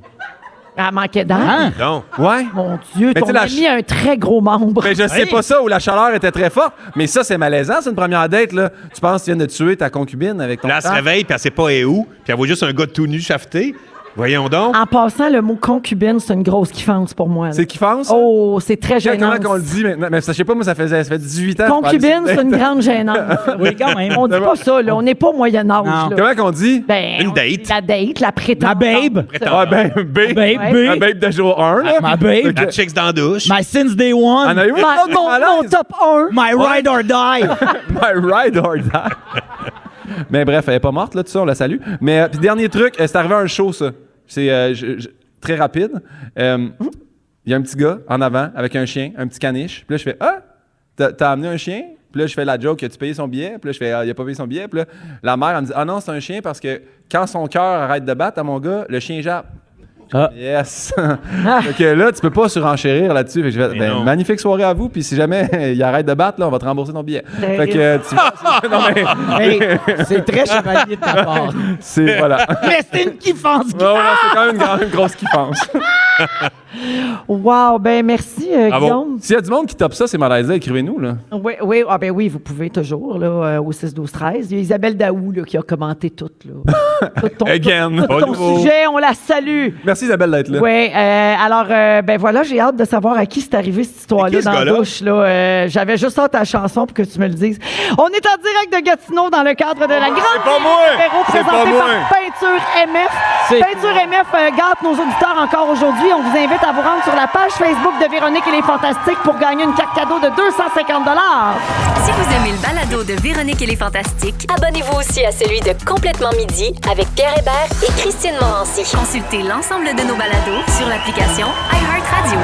G: Elle manquait d'air.
D: Hein?
C: Non.
B: Ouais.
G: Mon Dieu,
B: Mais
G: t'en
B: tu sais, la
G: as
B: ch-
G: mis un très gros membre.
B: Mais je sais
C: Oui.
B: pas ça où la chaleur était très forte, mais ça, c'est malaisant, c'est une première date, là. Tu penses que tu viens de tuer ta concubine avec ton
C: Là, elle se
B: sang.
C: réveille, puis elle sait pas est où, puis elle voit juste un gars tout nu chafeté. Voyons donc.
G: En passant, le mot concubine, c'est une grosse kiffance pour moi. là.
B: C'est qui pense?
G: Oh, c'est très
B: Je sais
G: gênant.
B: comment qu'on le dit maintenant. Mais sachez pas, moi, ça faisait, ça fait 18 ans. que je parlais de
G: Concubine,
B: cette
G: c'est une
B: date.
G: grande gênance.
D: Oui, quand même.
G: On dit pas ça, là. On n'est pas au
D: Non.
G: Moyen-Âge. là.
B: Comment qu'on dit?
G: Ben,
C: Une
G: on dit
C: date.
G: La date, la prétendue.
D: Ma babe.
B: Ah, ben, B.
D: Babe,
G: Ouais.
B: Un
D: babe.
B: babe de jour 1, là.
D: Ma babe.
C: La chicks dans la douche.
D: My since day one.
B: On a eu une
G: Ma-
B: autre
G: mon, mon
B: malaise.
G: top 1.
D: My ride or die.
B: My ride or die. Mais bref, elle est pas morte, là, tout ça, on la salue. Mais euh, puis dernier truc, euh, c'est arrivé à un show, ça. C'est euh, je- je- très rapide. Euh, Il y a un petit gars en avant avec un chien, un petit caniche. Puis là, je fais Ah, t'as- t'as amené un chien? Puis là, je fais la joke, as-tu payé son billet? Puis là, je fais, ah, il a pas payé son billet. Puis là, la mère, elle me dit, ah non, c'est un chien parce que quand son cœur arrête de battre à mon gars, le chien jappe.
D: Ah.
B: Yes! Fait que là, tu peux pas surenchérir là-dessus. Fait que je fais, ben,
C: non.
B: magnifique soirée à vous. Puis si jamais il arrête de battre, là, on va te rembourser ton billet.
G: Ben,
B: Fait que euh, tu non, mais
D: Hey, c'est très chevalier de ta part.
B: c'est voilà.
D: Mais c'est une kiffance.
B: Ouais, ouais, c'est quand même une, grande- une grosse qui pense.
G: Wow, ben merci, euh,
C: Ah bon?
G: Guillaume.
B: S'il y a du monde qui tape ça, c'est malaisé, écrivez-nous là.
G: Oui, oui, ah ben oui, vous pouvez toujours, là, euh, au 6-12-13. Il y a Isabelle Daou, là, qui a commenté tout, là. tout ton,
B: Again.
G: tout- tout
B: Pas
G: ton
B: nouveau.
G: sujet, on la salue.
B: Merci Isabelle d'être là.
G: Oui, euh, alors, euh, ben voilà, j'ai hâte de savoir à qui c'est arrivé cette
C: C'est
G: histoire-là
C: qui, ce
G: dans la
C: gars-là?
G: douche. Là. Euh, J'avais juste hâte à la chanson pour que tu me le dises. On est en direct de Gatineau dans le cadre de la grande
B: Ah, pas moi!
G: Féro
B: C'est pas
G: présentée
B: moi!
G: par Peinture MF.
D: C'est
G: Peinture MF euh, gâte nos auditeurs encore aujourd'hui. On vous invite
A: à vous rendre sur la page Facebook de Véronique et les Fantastiques pour gagner une carte cadeau de 250
E: Si vous aimez le balado de Véronique et les Fantastiques,
F: Abonnez-vous aussi à celui de Complètement Midi avec Pierre Hébert et Christine Morancy.
E: consultez l'ensemble de nos balados sur l'application iHeartRadio.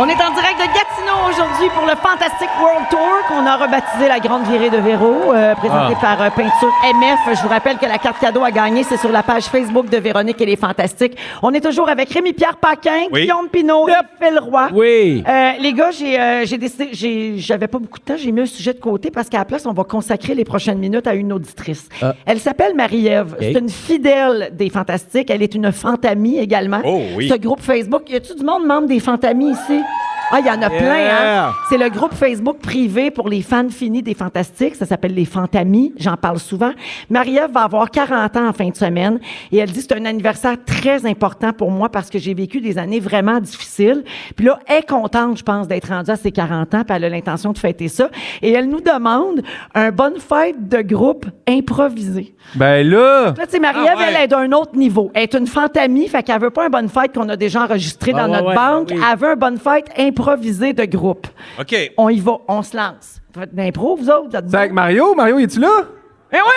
A: On est en direct de Gatineau aujourd'hui pour le Fantastic World Tour qu'on a rebaptisé la Grande Virée de Véro, euh, présenté par euh, Peinture MF. Je vous rappelle que la carte cadeau à gagner, c'est sur la page Facebook de Véronique et les Fantastiques. On est toujours avec Rémi-Pierre Paquin,
C: Oui.
A: Guillaume Pinot et Phil Roy.
D: Oui.
A: Euh, les gars, j'ai euh, j'ai décidé, j'ai- j'avais pas beaucoup de temps, j'ai mis un sujet de côté parce qu'à la place, on va consacrer les prochaines minutes à une auditrice.
D: Ah.
A: Elle s'appelle Marie-Ève. C'est une fidèle des Fantastiques. Elle est une fantamie également.
C: Oh oui.
A: Ce groupe Facebook, y a-tu du monde membre des fantamies ici? Ah, il y en a plein,
D: Ah.
A: hein? C'est le groupe Facebook privé pour les fans finis des Fantastiques. Ça s'appelle les Fantamies. J'en parle souvent. Marie-Ève va avoir 40 ans en fin de semaine et elle dit c'est un anniversaire très important pour moi parce que j'ai vécu des années vraiment difficiles. Puis là, elle est contente, je pense, d'être rendue à ses 40 ans puis elle a l'intention de fêter ça. Et elle nous demande un bonne fête de groupe improvisé.
B: Ben là,
A: Là, tu sais, Marie-Ève,
C: Ah ouais.
A: elle est d'un autre niveau. Elle est une fantamie, fait qu'elle veut pas un bonne fête qu'on a déjà enregistré
D: Ah
A: dans
D: ouais,
A: notre
D: ouais,
A: banque.
D: ben oui.
A: Elle veut un bonne fête improvisée de groupe.
C: OK.
A: On y va, on se lance. Faites de l'impro, vous autres, vous êtes
B: c'est avec Mario. Mario, es-tu là?
A: Mais oui,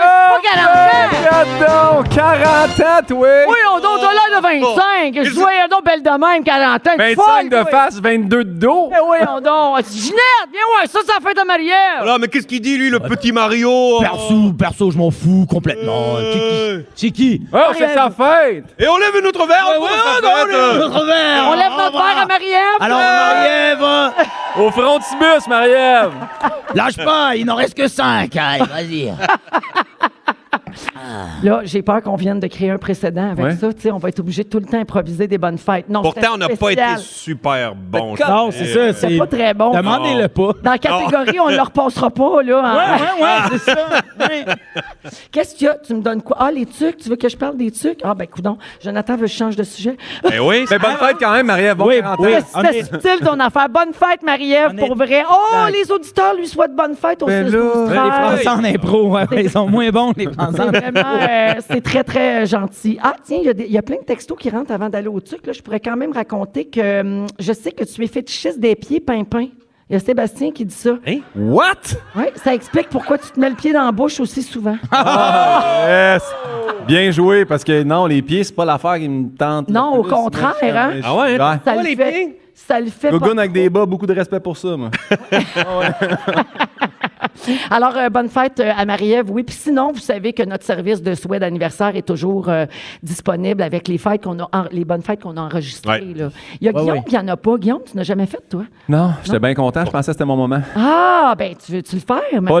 A: on a Marie-Ève, c'est pas qu'elle en fait.
B: Regarde donc, 40 Euh, ans, toi!
A: Oui, on doit on a l'air de 25. Je voyais donc belle de même, 40 ans. T'es folle,
B: 25
A: toi.
B: de face, 22 de dos.
A: Mais oui, on doit. Ginette, viens ouais, ça, ça fait de Marie-Ève.
C: Là, mais qu'est-ce qu'il dit, lui, le petit Mario?
D: Perso, perso, je m'en fous complètement. C'est qui? C'est qui?
B: Oh, c'est sa fête!
C: Et on lève notre verre pour sa fête, euh.
A: On lève notre verre à Marie-Ève.
D: Alors, Marie-Ève, hein,
B: Au frontibus, Marie-Ève!
D: lâche pas, il n'en reste que 5. Vas-y.
A: Là, j'ai peur qu'on vienne de créer un précédent avec
B: Ouais.
A: ça. Tu sais, on va être obligé de tout le temps improviser des bonnes fêtes. Non,
C: Pourtant, on n'a
A: c'était
C: pas été
A: spécial.
C: super bon.
D: Non, c'est
A: C'est
D: ça. C'est
A: pas très bon.
D: Demandez-le pas.
A: Dans la catégorie, on ne le repassera pas, là. hein.
D: ouais, ouais, c'est ça.
A: Qu'est-ce qu'il y a? Tu me donnes quoi? Ah, les tucs? Tu veux que je parle des tucs? Ah, ben, coudon. Jonathan veut que je change de sujet.
C: Mais Ben oui,
B: Mais bonne fête quand même, Marie-Ève. Bon
D: Oui,
B: 40 ans.
D: oui.
A: C'était-
D: on
A: C'était
D: est-
A: subtil ton affaire. Bonne fête, Marie-Ève,
D: On est-
A: pour vrai. Oh,
D: Exact.
A: les auditeurs lui souhaitent bonne fête au
B: Ben là,
A: 6 12
B: les
D: Les
A: 13.
D: Français en impro, ouais, ouais, ils sont moins bons, les Français.
A: C'est vraiment, euh, c'est très, très gentil. Ah, tiens, il y a des- il y, a plein de textos qui rentrent avant d'aller au tuc. Là. Je pourrais quand même raconter que hum, je sais que tu es fétichiste des pieds, Pimpin. Il y a Sébastien qui dit ça.
D: Hein?
B: What?
A: Oui, ça explique pourquoi tu te mets le pied dans la bouche aussi souvent.
D: Ah,
B: Yes! Bien joué, parce que non, les pieds, c'est pas l'affaire qui me tente. le
A: Non, au
B: plus, moi,
A: contraire,
B: je suis-
A: hein?
B: je suis-
C: Ah ouais, hein?
A: Ça le fait. Ça le fait.
B: Gougoune
A: pas-
B: avec des bas, beaucoup de respect pour ça, moi.
A: Alors, euh, bonne fête euh, à Marie-Ève. Oui, puis sinon, vous savez que notre service de souhait d'anniversaire est toujours euh, disponible avec les fêtes qu'on a, en- les bonnes fêtes qu'on a enregistrées.
C: Ouais.
A: là. Il y a Guillaume qui en a pas. Guillaume, tu n'as jamais fait, toi?
B: Non, j'étais bien content, je pensais que c'était mon moment.
A: Ah, ben, tu veux-tu le faire? Mais
B: Pas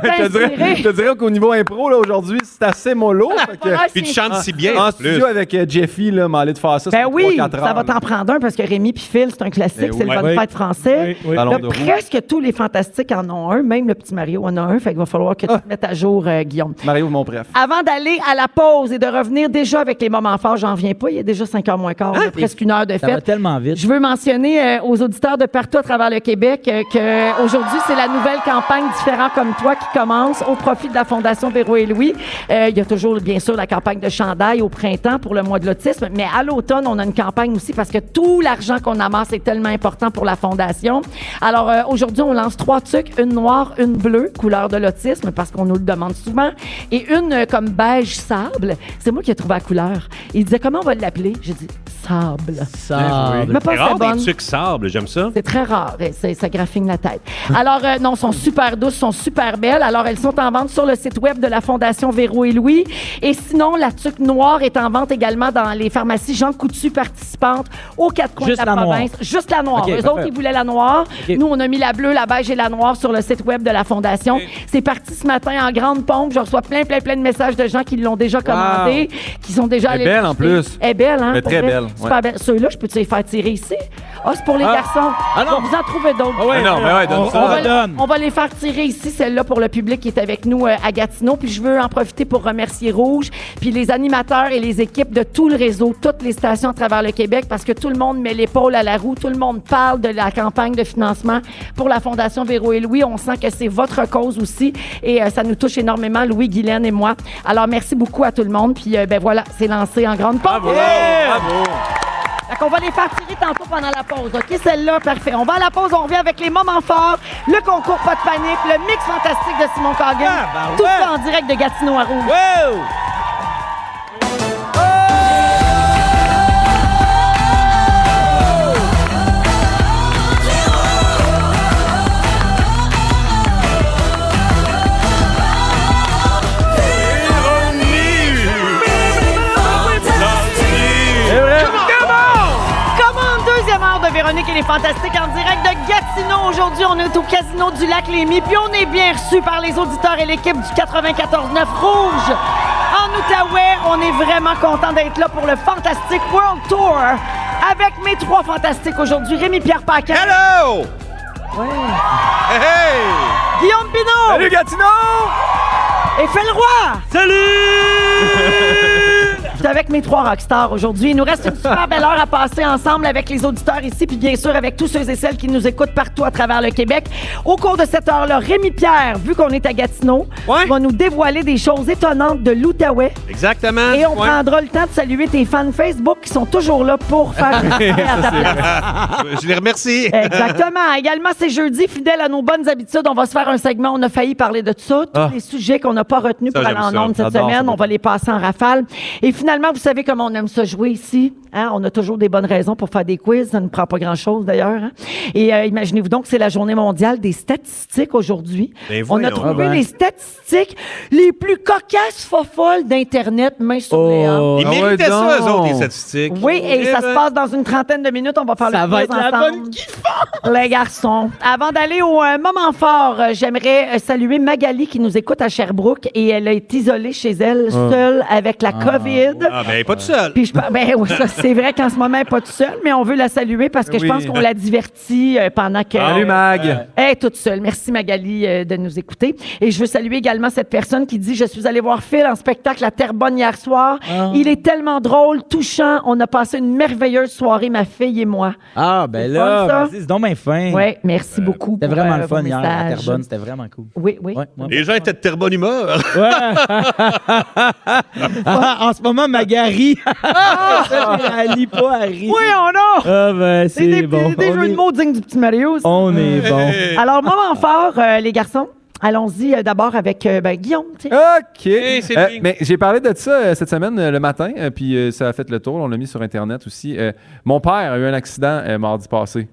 A: t'avais l'air
B: je, te dirais,
A: t'inspirer.
B: je te dirais qu'au niveau impro, là, aujourd'hui, c'est assez mollo. fait que-
A: Ah,
C: puis tu
A: c'est-
C: chantes si bien.
B: en
C: en plus.
B: studio avec euh, Jeffy, là, m'aller de faire ça,
A: Ben
B: c'est
A: oui,
B: 3-4 heures.
A: ça va t'en prendre un parce que Rémi puis Phil, c'est un classique,
C: Eh
B: Ben
A: c'est
B: oui.
A: le bonne
D: Oui.
A: fête français.
D: Oui, oui.
B: Ballon
A: Là,
B: de roue.
A: presque tous les fantastiques en ont un, même le petit Mario en a un, fait qu'il va falloir
B: Ah.
A: que tu te mettes à jour, euh, Guillaume.
B: Mario, mon préf.
A: Avant d'aller à la pause et de revenir déjà avec les moments forts, j'en reviens pas, il y a déjà 5 heures moins quart, là, presque une heure de
D: Ah, Ça va
A: fête.
D: tellement vite.
A: Je veux mentionner euh, aux auditeurs de partout à travers le Québec euh, que aujourd'hui c'est la nouvelle campagne Différents comme toi qui commence au profit de la Fondation Véro et Louis. Euh, il y a toujours bien sûr la campagne de chandail au printemps pour le mois de l'autisme, mais à l'automne on a une campagne aussi parce que tout l'argent qu'on amasse est tellement important pour la fondation. Alors euh, aujourd'hui on lance trois trucs, une noire, une bleue, couleur de l'autisme parce qu'on nous le demande souvent, et une euh, comme beige sable. C'est moi qui ai trouvé la couleur. Il disait comment on va l'appeler J'ai dit sable.
D: Ça.
A: Je me pense
C: C'est
A: que c'est
C: rare
A: bonne.
C: des trucs sables, j'aime ça.
A: C'est très rare. Et c'est- Ça graphine la tête. Alors, euh, non, sont super douces, sont super belles. Alors, elles sont en vente sur le site web de la Fondation Véro et Louis. Et sinon, la tuque noire est en vente également dans les pharmacies Jean Coutu participantes aux quatre coins
D: Juste
A: de la,
D: la noire.
A: province. Juste la noire.
D: OK,
A: Eux
D: parfait.
A: autres, ils voulaient la noire.
D: OK.
A: Nous, on a mis la bleue, la beige et la noire sur le site web de la Fondation. C'est parti ce matin en grande pompe. Je reçois plein, plein, plein de messages de gens qui l'ont déjà commandé, qui sont déjà
B: Elle est
A: allés.
B: belle, en
A: l'acheter.
B: plus.
A: Elle est belle, hein?
B: Mais
A: pour
B: très
A: vrai.
B: belle,
A: Super
B: ouais.
A: belle. Ceux-là, je peux-tu les faire tirer ici? Ah, c'est pour les
D: Ah.
A: garçons.
D: Ah non.
A: On vous en trouver d'autres.
D: Ah ouais,
B: Mais non, mais ouais, donne
D: on,
B: ça.
D: on
A: On va-
D: redonne.
A: on va les faire tirer ici, celle-là, pour le public qui est avec nous euh, à Gatineau. Puis je veux en profiter pour remercier Rouge, puis les animateurs et les équipes de tout le réseau, toutes les stations à travers le Québec, parce que tout le monde met l'épaule à la roue, tout le monde parle de la campagne de financement pour la Fondation Véro et Louis. On sent que c'est votre cause aussi et euh, ça nous touche énormément, Louis, Guylaine et moi.
B: Ah,
A: Alors merci beaucoup à tout le monde. Puis euh, ben voilà, c'est lancé en grande pompe.
B: Bravo! Bravo!
A: La qu'on va les faire tirer tantôt pendant la pause. OK, celle-là, parfait. On va à la pause, on revient avec les moments forts, le concours Pas de panique, le mix fantastique de Simon Coggan.
D: Ah, ben
A: Tout
D: ouais.
A: ça en direct de Gatineau à Rouge.
D: Wow!
A: Commande deuxième heure de Véronique et les Fantastiques en direct de Gatineau. Aujourd'hui, on est au Casino du Lac Lémy, puis on est bien reçu par les auditeurs et l'équipe du 94-9 Rouge. En Outaouais, on est vraiment content d'être là pour le Fantastic World Tour avec mes trois fantastiques aujourd'hui. Rémi-Pierre Paquin,
B: Hello! Hey!
A: Guillaume Pinot
B: Salut Gatineau! Ah
A: et Phil Roy.
B: Salut!
A: Je suis avec mes trois rockstars aujourd'hui. Il nous reste une super belle heure à passer ensemble avec les auditeurs ici, puis bien sûr avec tous ceux et celles qui nous écoutent partout à travers le Québec. Au cours de cette heure-là, Rémi Pierre, vu qu'on est à Gatineau,
C: Ouais.
A: va nous dévoiler des choses étonnantes de l'Outaouais.
C: Exactement.
A: Et on
C: Hein? Ouais.
A: prendra le temps de saluer tes fans Facebook qui sont toujours là pour faire une soirée à ta place.
C: Je les remercie.
A: Exactement. Également, c'est jeudi, fidèle à nos bonnes habitudes, on va se faire un segment. On a failli parler de ça. Tous les sujets qu'on n'a pas retenus
C: Ah.
A: pour
C: Ça,
A: aller
C: j'aime
A: en
C: ça.
A: ondes cette
B: J'adore
A: semaine,
B: ça.
A: on va les passer en rafale. Et finalement, vous savez comment on aime ça jouer ici. hein? On a toujours des bonnes raisons pour faire des quiz. Ça ne prend pas grand-chose, d'ailleurs. hein? Et euh, imaginez-vous donc que c'est la journée mondiale des statistiques aujourd'hui.
C: Ben
A: on a
C: voyons.
A: trouvé
D: Ah ben.
A: les statistiques les plus cocasses fofolles d'Internet, main sur les hanches.
C: Ils
B: Ah ouais,
C: méritaient ça, eux
B: donc.
C: autres, les statistiques.
A: Oui, et ça se
C: ben.
A: passe dans une trentaine de minutes. On va faire
D: Ça
A: le
D: va
A: quiz
D: être la
A: ensemble.
D: bonne
A: Les garçons, avant d'aller au euh, moment fort, euh, j'aimerais euh, saluer Magali qui nous écoute à Sherbrooke et elle est isolée chez elle, seule avec la COVID.
C: Ah, ben, pas tout seul.
A: Puis je par- ben oui, ça, c'est vrai qu'en ce moment, elle n'est pas toute seule, mais on veut la saluer parce que je
B: Oui.
A: pense qu'on la divertit euh, pendant que...
C: Ah.
B: Salut Mag!
A: Elle est toute seule. Merci Magali euh, de nous écouter. Et je veux saluer également cette personne qui dit Je suis allée voir Phil en spectacle à Terrebonne hier soir.
D: Ah.
A: Il est tellement drôle, touchant. On a passé une merveilleuse soirée, ma fille et moi.
D: Ah, ben
A: C'est
D: là,
A: fun, ça?
D: ben, c'est donc bien fin.
A: Ouais, merci beaucoup.
D: C'était
A: pour,
D: vraiment
A: euh,
D: le fun
A: vos
D: hier à
A: messages.
D: Terrebonne. C'était vraiment cool.
A: Oui, oui.
D: Ouais, ouais.
C: Les gens étaient de très bonne humeur.
D: Ah, en ce moment, Magari, elle lit pas, elle rit.
A: Oui, on a!
D: Ah, ben,
A: C'est des,
D: c'est bon.
A: des- des
D: on
A: jeux
D: est-
A: de mots dignes du petit Mario. ça.
D: On est Ah. bon.
A: Alors, moment fort, euh, les garçons. Allons-y euh, d'abord avec euh, ben, Guillaume. tu sais.
B: OK.
C: c'est
B: Euh,
C: fini.
B: mais j'ai parlé de ça euh, cette semaine euh, le matin, euh, puis euh, ça a fait le tour. On l'a mis sur Internet aussi. Euh, mon père a eu un accident euh, mardi passé.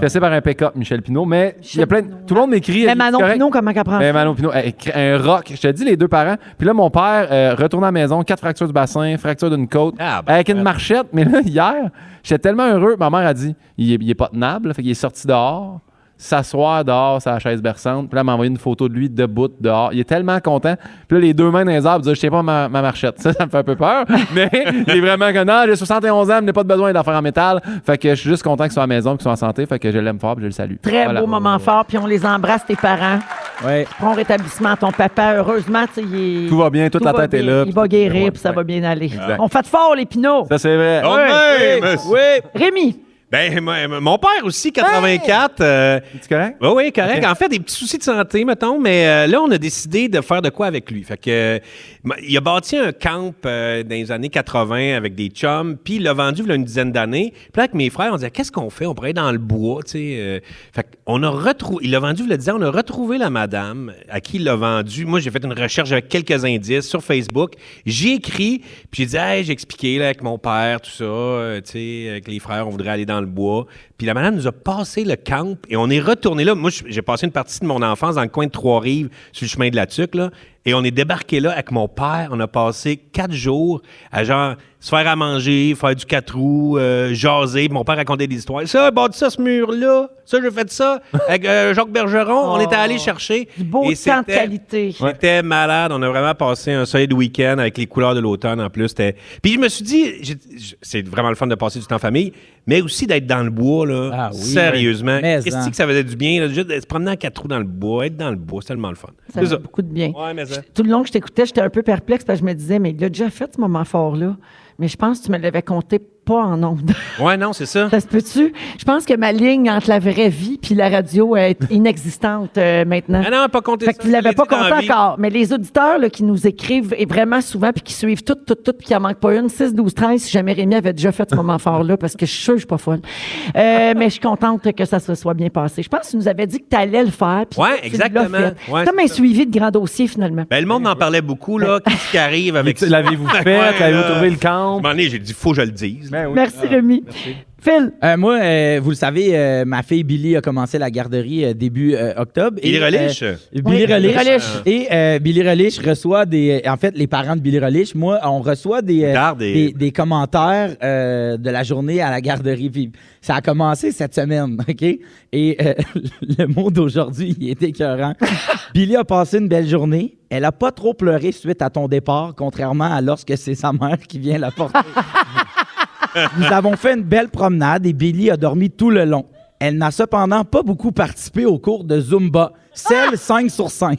B: Fessé par un pick-up, Michel Pinault. Mais il y a plein. de- Tout le monde m'écrit.
A: Oh. Mais
B: c'est
A: Manon
B: correct.
A: Pinot, comment qu'elle prend?
B: Mais Ben, Manon Pinot, elle écrit un rock. Je te dis, les deux parents. Puis là, mon père euh, retourne à la maison, quatre fractures du bassin, fracture d'une côte,
C: Ah, ben,
B: avec une marchette. Mais là, hier, j'étais tellement heureux. Ma mère a dit il est, il est pas tenable. Fait qu'il est sorti dehors, s'asseoir dehors sur la chaise berçante. Puis là, elle m'a envoyé une photo de lui debout dehors. Il est tellement content. Puis là, les deux mains dans les arbres, il dit Je tiens pas ma, ma marchette. Ça, ça me fait un peu peur. mais il est vraiment que non, j'ai 71 ans, je n'ai pas de besoin d'en faire en métal. Fait que je suis juste content qu'il soit à la maison, qu'il soit en santé. Fait que je l'aime fort, puis je le salue.
A: Très
B: Voilà.
A: beau moment fort, puis on les embrasse, tes parents.
D: Ouais.
A: Bon rétablissement à ton papa. Heureusement, tu sais, il est-
B: Tout va bien, toute
A: tout
B: la
A: va
B: tête est
A: bien.
B: là.
A: Il va guérir, puis ça
B: Ouais.
A: va bien aller. On fait de fort, les Pinots.
B: Ça, c'est vrai.
C: Oh,
B: Ouais.
C: même.
A: Rémi,
C: Ben, mon- mon père aussi, 84. euh,
B: C'est correct?
C: Oui, oui, correct. En fait, des petits soucis de santé, mettons, mais euh, là, on a décidé de faire de quoi avec lui. Fait que, euh, m- il a bâti un camp euh, dans les années 80 avec des chums, puis il l'a vendu il y a une dizaine d'années. Puis là, avec mes frères, on disait, qu'est-ce qu'on fait? On pourrait aller dans le bois, tu sais. euh. fait qu'on a retrouvé, il l'a vendu, il l'a dit, on a retrouvé la madame à qui il l'a vendu. Moi, j'ai fait une recherche avec quelques indices sur Facebook. J'ai écrit, puis j'ai dit, hey, j'ai expliqué là, avec mon père, tout ça, euh, tu sais, avec les frères, on voudrait aller dans le bois. Puis la madame nous a passé le camp et on est retourné là. Moi, je- j'ai passé une partie de mon enfance dans le coin de Trois-Rives, sur le chemin de la Tuque, là. Et on est débarqué là avec mon père. On a passé quatre jours à genre se faire à manger, faire du quatre roues, euh, jaser. Puis Mon père racontait des histoires. Ça, j'ai bâti ça, ce mur-là. Ça, j'ai fait ça. Avec euh, Jacques Bergeron, on était allé chercher.
A: Oh. du beau
C: Et
A: temps de
C: c'était-
A: qualité.
C: J'étais malade. On a vraiment passé un solide week-end avec les couleurs de l'automne en plus. C'était- Puis je me suis dit, j'ai- j- c'est vraiment le fun de passer du temps en famille, mais aussi d'être dans le bois, là.
D: Ah oui.
C: Sérieusement.
D: Mais
C: Qu'est-ce
D: en.
C: que ça faisait du bien, là, juste de se promener en quatre roues dans le bois, être dans le bois, c'est tellement le fun.
A: Ça
C: C'est
A: fait beaucoup de bien.
C: Ouais, mais ça.
A: Tout le long que je t'écoutais, j'étais un peu perplexe parce que je me disais, mais il a déjà fait ce moment fort-là. Mais je pense que tu me l'avais compté pas en ondes.
C: Ouais, non, c'est ça.
A: Ça se peut-tu? Je pense que ma ligne entre la vraie vie puis la radio est inexistante euh, maintenant.
C: Ah non, pas compté
A: Fait
C: ça,
A: que vous
C: je
A: l'avez
C: l'ai
A: pas
C: dit dans la
A: compté
C: vie.
A: encore. Mais les auditeurs là, qui nous écrivent et vraiment souvent puis qui suivent tout, tout, tout, puis qui en manquent pas une, 6, 12, 13, si jamais Rémi avait déjà fait ce moment fort-là, parce que je suis sûre que je suis pas folle. Euh, mais je suis contente que ça se soit bien passé. Je pense que tu nous avais dit que tu allais le faire. puis
C: Ouais,
A: tu l'as
C: exactement.
A: fait.
C: Ouais,
A: Comme
C: c'est
A: un
C: ça.
A: suivi de grand dossier, finalement.
C: Ben, le monde en parlait beaucoup, là. Qu'est-ce qui arrive avec ça?
B: L'avez-vous fait?
C: Ouais,
B: L'avez-vous
C: là.
B: trouvé
C: À un
B: le camp?
C: moment donné, j'ai dit, faut que je le dise.
B: Ben oui.
A: Merci, Rémi. Phil,
D: Euh, moi, euh, vous le savez, euh, ma fille Billy a commencé la garderie euh, début euh, octobre.
C: Billy
D: Et, euh,
C: Relish?
D: Billy
A: Oui,
D: Relish.
A: Relish.
D: Et euh, Billy Relish reçoit des. En fait, les parents de Billy Relish, moi, on reçoit des, euh,
C: Tard, des-
D: des... des commentaires euh, de la journée à la garderie. Puis ça a commencé cette semaine, OK? Et euh, le mot d'aujourd'hui, il est écœurant. Billy a passé une belle journée. Elle a pas trop pleuré suite à ton départ, contrairement à lorsque c'est sa mère qui vient la porter. Nous avons fait une belle promenade et Billy a dormi tout le long. Elle n'a cependant pas beaucoup participé au cours de Zumba. Celle 5 sur 5.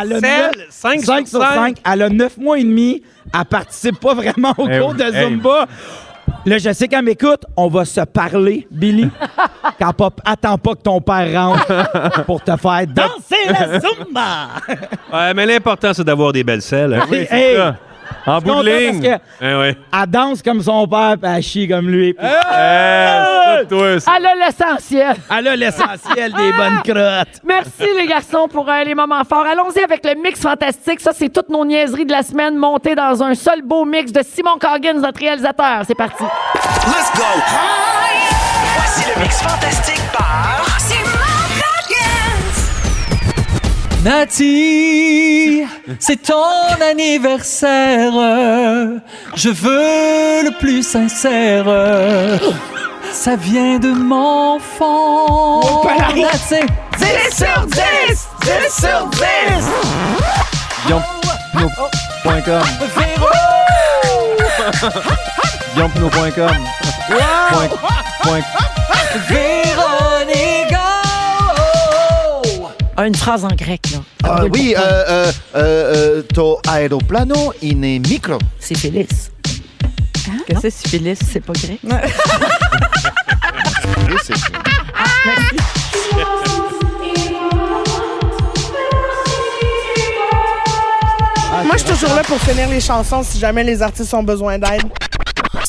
D: Elle
C: Celle
D: a neuf-
C: 5 sur
D: sur 5. Elle a 9 mois et demi. Elle participe pas vraiment au
B: Eh
D: cours
B: oui,
D: de
B: eh
D: Zumba. Là, je sais qu'elle m'écoute. On va se parler, Billy. Quand pas- attends pas que ton père rentre pour te faire danser la Zumba.
C: Ouais, mais l'important, c'est d'avoir des belles selles. hein.
B: Oui, c'est
D: Hey!
B: ça. En
D: Je suis
B: bout de
D: content
B: ligne.
D: parce que-
C: Hein, ouais.
D: Elle danse comme son père, puis elle chie comme lui. Puis
C: Euh?
B: Yes, toi, ça.
A: elle a l'essentiel.
D: Elle a l'essentiel des bonnes crottes.
A: Merci les garçons pour euh, les moments forts. Allons-y avec le mix fantastique. Ça, c'est toutes nos niaiseries de la semaine montées dans un seul beau mix de Simon Coggins, notre réalisateur. C'est parti.
E: Let's go! Voici le mix fantastique par...
H: Nati, c'est ton anniversaire. Je veux le plus sincère. Ça vient de mon fond. Nati,
E: 10 sur 10! 10 sur 10!
B: Guillaume.com.
H: Véro.
B: Guillaume.com. Point, point,
H: Véronica.
A: Une phrase en grec, là.
I: Ah oui, euh, euh, euh, euh, to aeroplano in a micro.
A: C'est Félix.
J: Que c'est syphilis?
A: C'est pas grec.
I: Oui, c'est ça.
J: Moi, je suis toujours là pour finir les chansons si jamais les artistes ont besoin d'aide.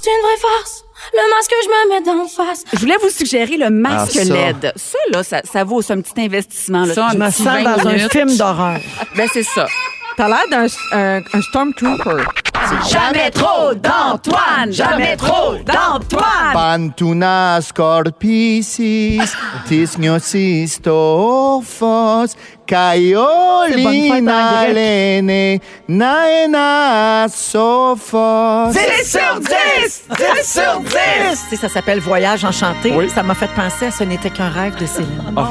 K: C'est une vraie farce. Le masque que je me mets d'en face.
L: Je voulais vous suggérer le masque
I: Ah, ça.
L: LED. Ça, là, ça, ça vaut ça, un petit investissement. Là.
H: Ça,
L: Je
H: un
L: me
H: petit
L: sens
H: vingt
L: dans un-
H: minutes.
A: film d'horreur.
L: Ben, c'est ça.
J: T'as l'air d'un un- un stormtrooper.
L: Jamais trop d'Antoine! Jamais trop d'Antoine!
I: Pantunas corpicis, tisgnosis tophos,
A: en
I: caiolina
A: grec.
I: lene, naena sophos.
E: 10 sur 10! 10 sur 10!
J: Tu sais, ça s'appelle Voyage enchanté. Ça m'a fait penser à Ce n'était qu'un rêve de Céline.
D: Ah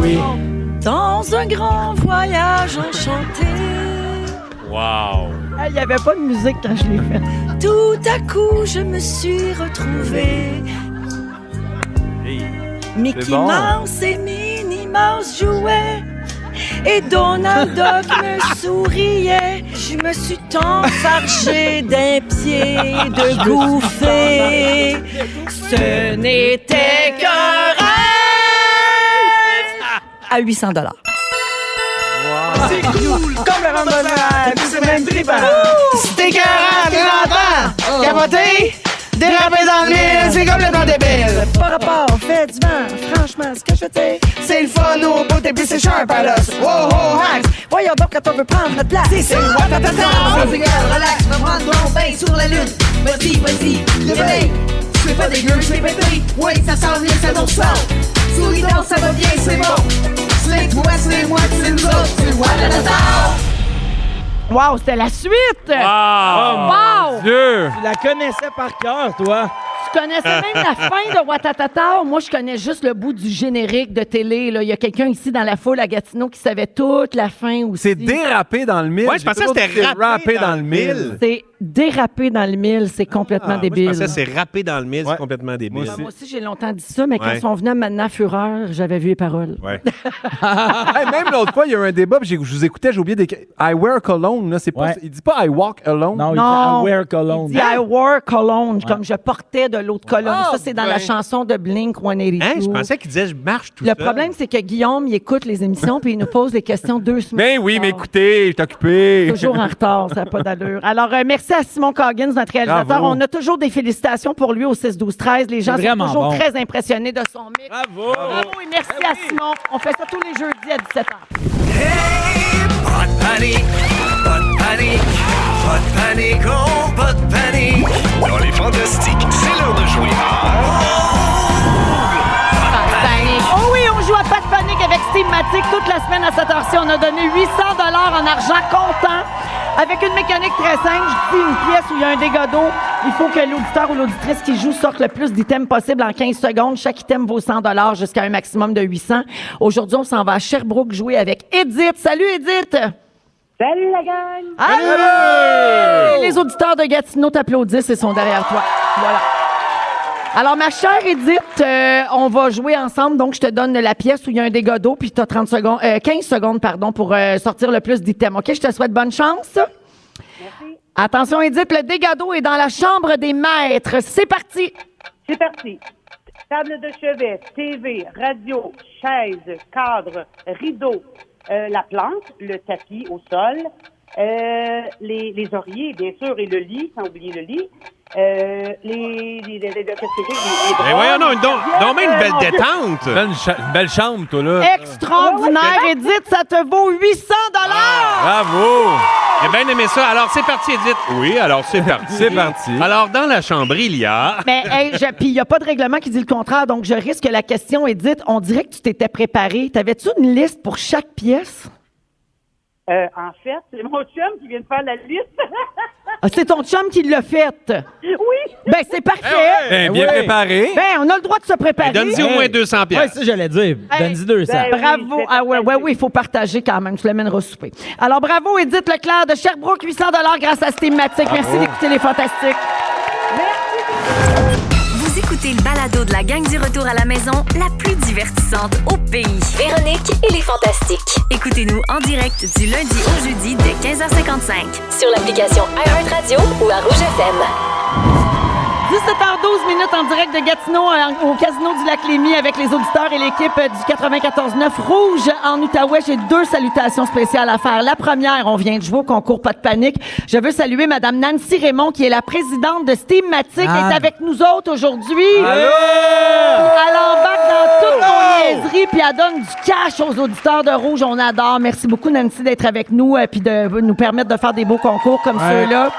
D: oui.
J: Dans un grand voyage enchanté,
C: Wow.
A: Il n'y avait pas de musique quand je l'ai fait.
J: tout à coup, je me suis retrouvée.
C: Hey.
J: Mickey
B: C'est bon.
J: Mouse et Minnie Mouse jouaient. Et Donald Duck me souriait. Je me suis tant fargée d'un pied de gouffer. Ce n'était qu'un rêve à 800 dollars.
E: C'est cool! Comme le randonneur! C'est même trippant! C'était 40 grand Capoté! Dérapé dans le mille, c'est comme le temps débile! Par rapport, fait du vent, franchement, ce que je fais, c'est le fun au bout, et puis c'est sharp à l'os! Wow, oh, hacks! Voyons donc quand on veut prendre notre place! C'est ça! What the Relax, me prendre mon bain sur la lune! Vas-y, vas-y, le bain! C'est pas dégueu, c'est pété! Oui, ça sent bien, ça donne sort! Souris donc, ça va bien, c'est bon! Slay-toi, slay-moi, c'est nous autres, c'est what the
A: Wow, c'était la suite!
B: Ah,
A: Wow!
B: mon Dieu!
D: Tu la connaissais par cœur, toi.
A: Tu connaissais même la fin de Watatata. Moi, je connais juste le bout du générique de télé. là. Il y a quelqu'un ici dans la foule à Gatineau qui savait toute la fin aussi.
B: C'est dérapé dans le mille.
C: Ouais, je
B: J'ai
C: pensais que
B: toujours
C: c'était
B: dit
C: râpé dans le mille.
A: C'est déraper dans le mille, c'est complètement
C: Ah, moi,
A: débile.
C: je pensais que c'est râpé dans le mille, c'est complètement débile.
A: Ah, moi aussi, j'ai longtemps dit ça, mais quand
C: Ouais.
A: ils sont venus à Mana Fureur, j'avais vu les paroles.
C: Ouais.
B: Hey, même l'autre fois, il y a eu un débat, puis j'ai- je vous écoutais, j'ai oublié des. I wear cologne, là, c'est pas.
A: Ouais.
B: Il dit pas I walk alone.
A: Non, il Non. dit I wear cologne. Il dit I wear cologne, comme je portais de l'eau de cologne.
B: Ah,
A: ça, c'est dans la
B: ben.
A: chanson de Blink 182.
C: Hein, je pensais qu'il disait je marche tout
A: Le
C: seul.
A: problème, c'est que Guillaume, il écoute les émissions puis il nous pose des questions deux semaines.
B: Ben oui, mais écoutez, je suis occupé.
A: Toujours en retard, ça n'a pas d'allure. Alors, euh, merci à Simon Coggins, notre réalisateur.
B: Bravo.
A: On a toujours des félicitations pour lui au 6-12-13. Les gens
M: C'est
A: sont
M: vraiment
A: toujours
M: bon.
A: très impressionnés de son mix. Bravo! Bravo et merci à Simon. On fait ça tous les jeudis à 17h.
D: Pas de panique, pas de panique, pas de panique, oh, pas de panique. Dans les fantastiques, c'est l'heure de jouer.
N: Oh oui, on joue à Pas de panique avec Steve Matic toute la semaine à cette heure-ci. On a donné 800 en argent comptant avec une mécanique très simple. Je dis une pièce où il y a un dégât d'eau. Il faut que l'auditeur ou l'auditrice qui joue sorte le plus d'items possible en 15 secondes. Chaque item vaut 100 jusqu'à un maximum de 800. Aujourd'hui, on s'en va à Sherbrooke jouer avec Edith. Salut, Edith! Salut, la gang! Allô!
A: Les auditeurs de Gatineau t'applaudissent et sont derrière toi. Voilà. Alors, ma chère Edith, euh, on va jouer ensemble. Donc, je te donne la pièce où il y a un dégât d'eau, puis tu as 30 secondes, euh, 15 secondes pardon, pour euh, sortir le plus d'items. OK? Je te souhaite bonne chance. Attention, Edith, le dégât d'eau est dans la chambre des maîtres. C'est parti!
F: C'est parti. Table de chevet, TV, radio, chaise, cadre, rideau, euh, la plante, le tapis au sol, euh, les, les oreillers, bien sûr, et le lit, sans oublier le lit. Euh, les, les, les, les- qu'est-ce que j'ai? Les- les
C: Mais Ben voyons, non, donc, donc même une
F: Euh, mon
C: belle
F: Dieu.
C: détente.
O: Belle, cha- belle chambre, toi, là.
A: Extraordinaire, Edith, ça te vaut 800
C: Ah! Bravo! J'ai bien aimé ça. Alors, c'est parti, Edith. Oui, alors c'est parti. c'est parti. Alors, dans la chambre, il y a...
A: Mais hey, je- puis il n'y a pas de règlement qui dit le contraire, donc je risque la question, Edith. On dirait que tu t'étais préparée. T'avais-tu une liste pour chaque pièce?
F: Euh, en fait, c'est mon chum qui vient de faire la liste.
A: Ah, c'est ton chum qui l'a faite.
F: oui.
A: Ben, c'est parfait.
C: Eh ouais. Ben, bien
A: Oui.
B: Euh,
C: préparé.
A: Ben, on a le droit de se préparer.
C: Ben, donne-y au moins 200 piastres. Ouais, ça,
A: j'allais dire.
C: Hey. Donne-y 200. Ben
F: Eh
C: oui,
A: bravo. ah, ouais, ouais, oui, il faut partager quand même. Tu l'amèneras au souper. Alors, bravo, Edith Leclerc de Sherbrooke, 800 grâce à Stématique. Merci
E: Bravo.
A: d'écouter les Fantastiques.
E: Vous écoutez le balado de la gang du retour à la maison, la plus divertissante au pays. Véronique et les Fantastiques. Écoutez-nous en direct du lundi au jeudi dès 15h55 sur l'application iHeartRadio ou à Rouge FM.
A: 17h12 minutes en direct de Gatineau euh, au Casino du Lac Lémy avec les auditeurs et l'équipe euh, du 94-9 Rouge en Outaouais. J'ai deux salutations spéciales à faire. La première, on vient de jouer au concours Pas de panique. Je veux saluer Madame Nancy Raymond qui est la présidente de Steamatic qui
D: Ah.
A: est avec nous autres aujourd'hui.
D: Allô?
A: Elle embarque dans toute nos niaiseries puis elle donne du cash aux auditeurs de Rouge. On adore. Merci beaucoup Nancy d'être avec nous et puis de nous permettre de faire des beaux concours comme
D: Ouais.
A: ceux-là.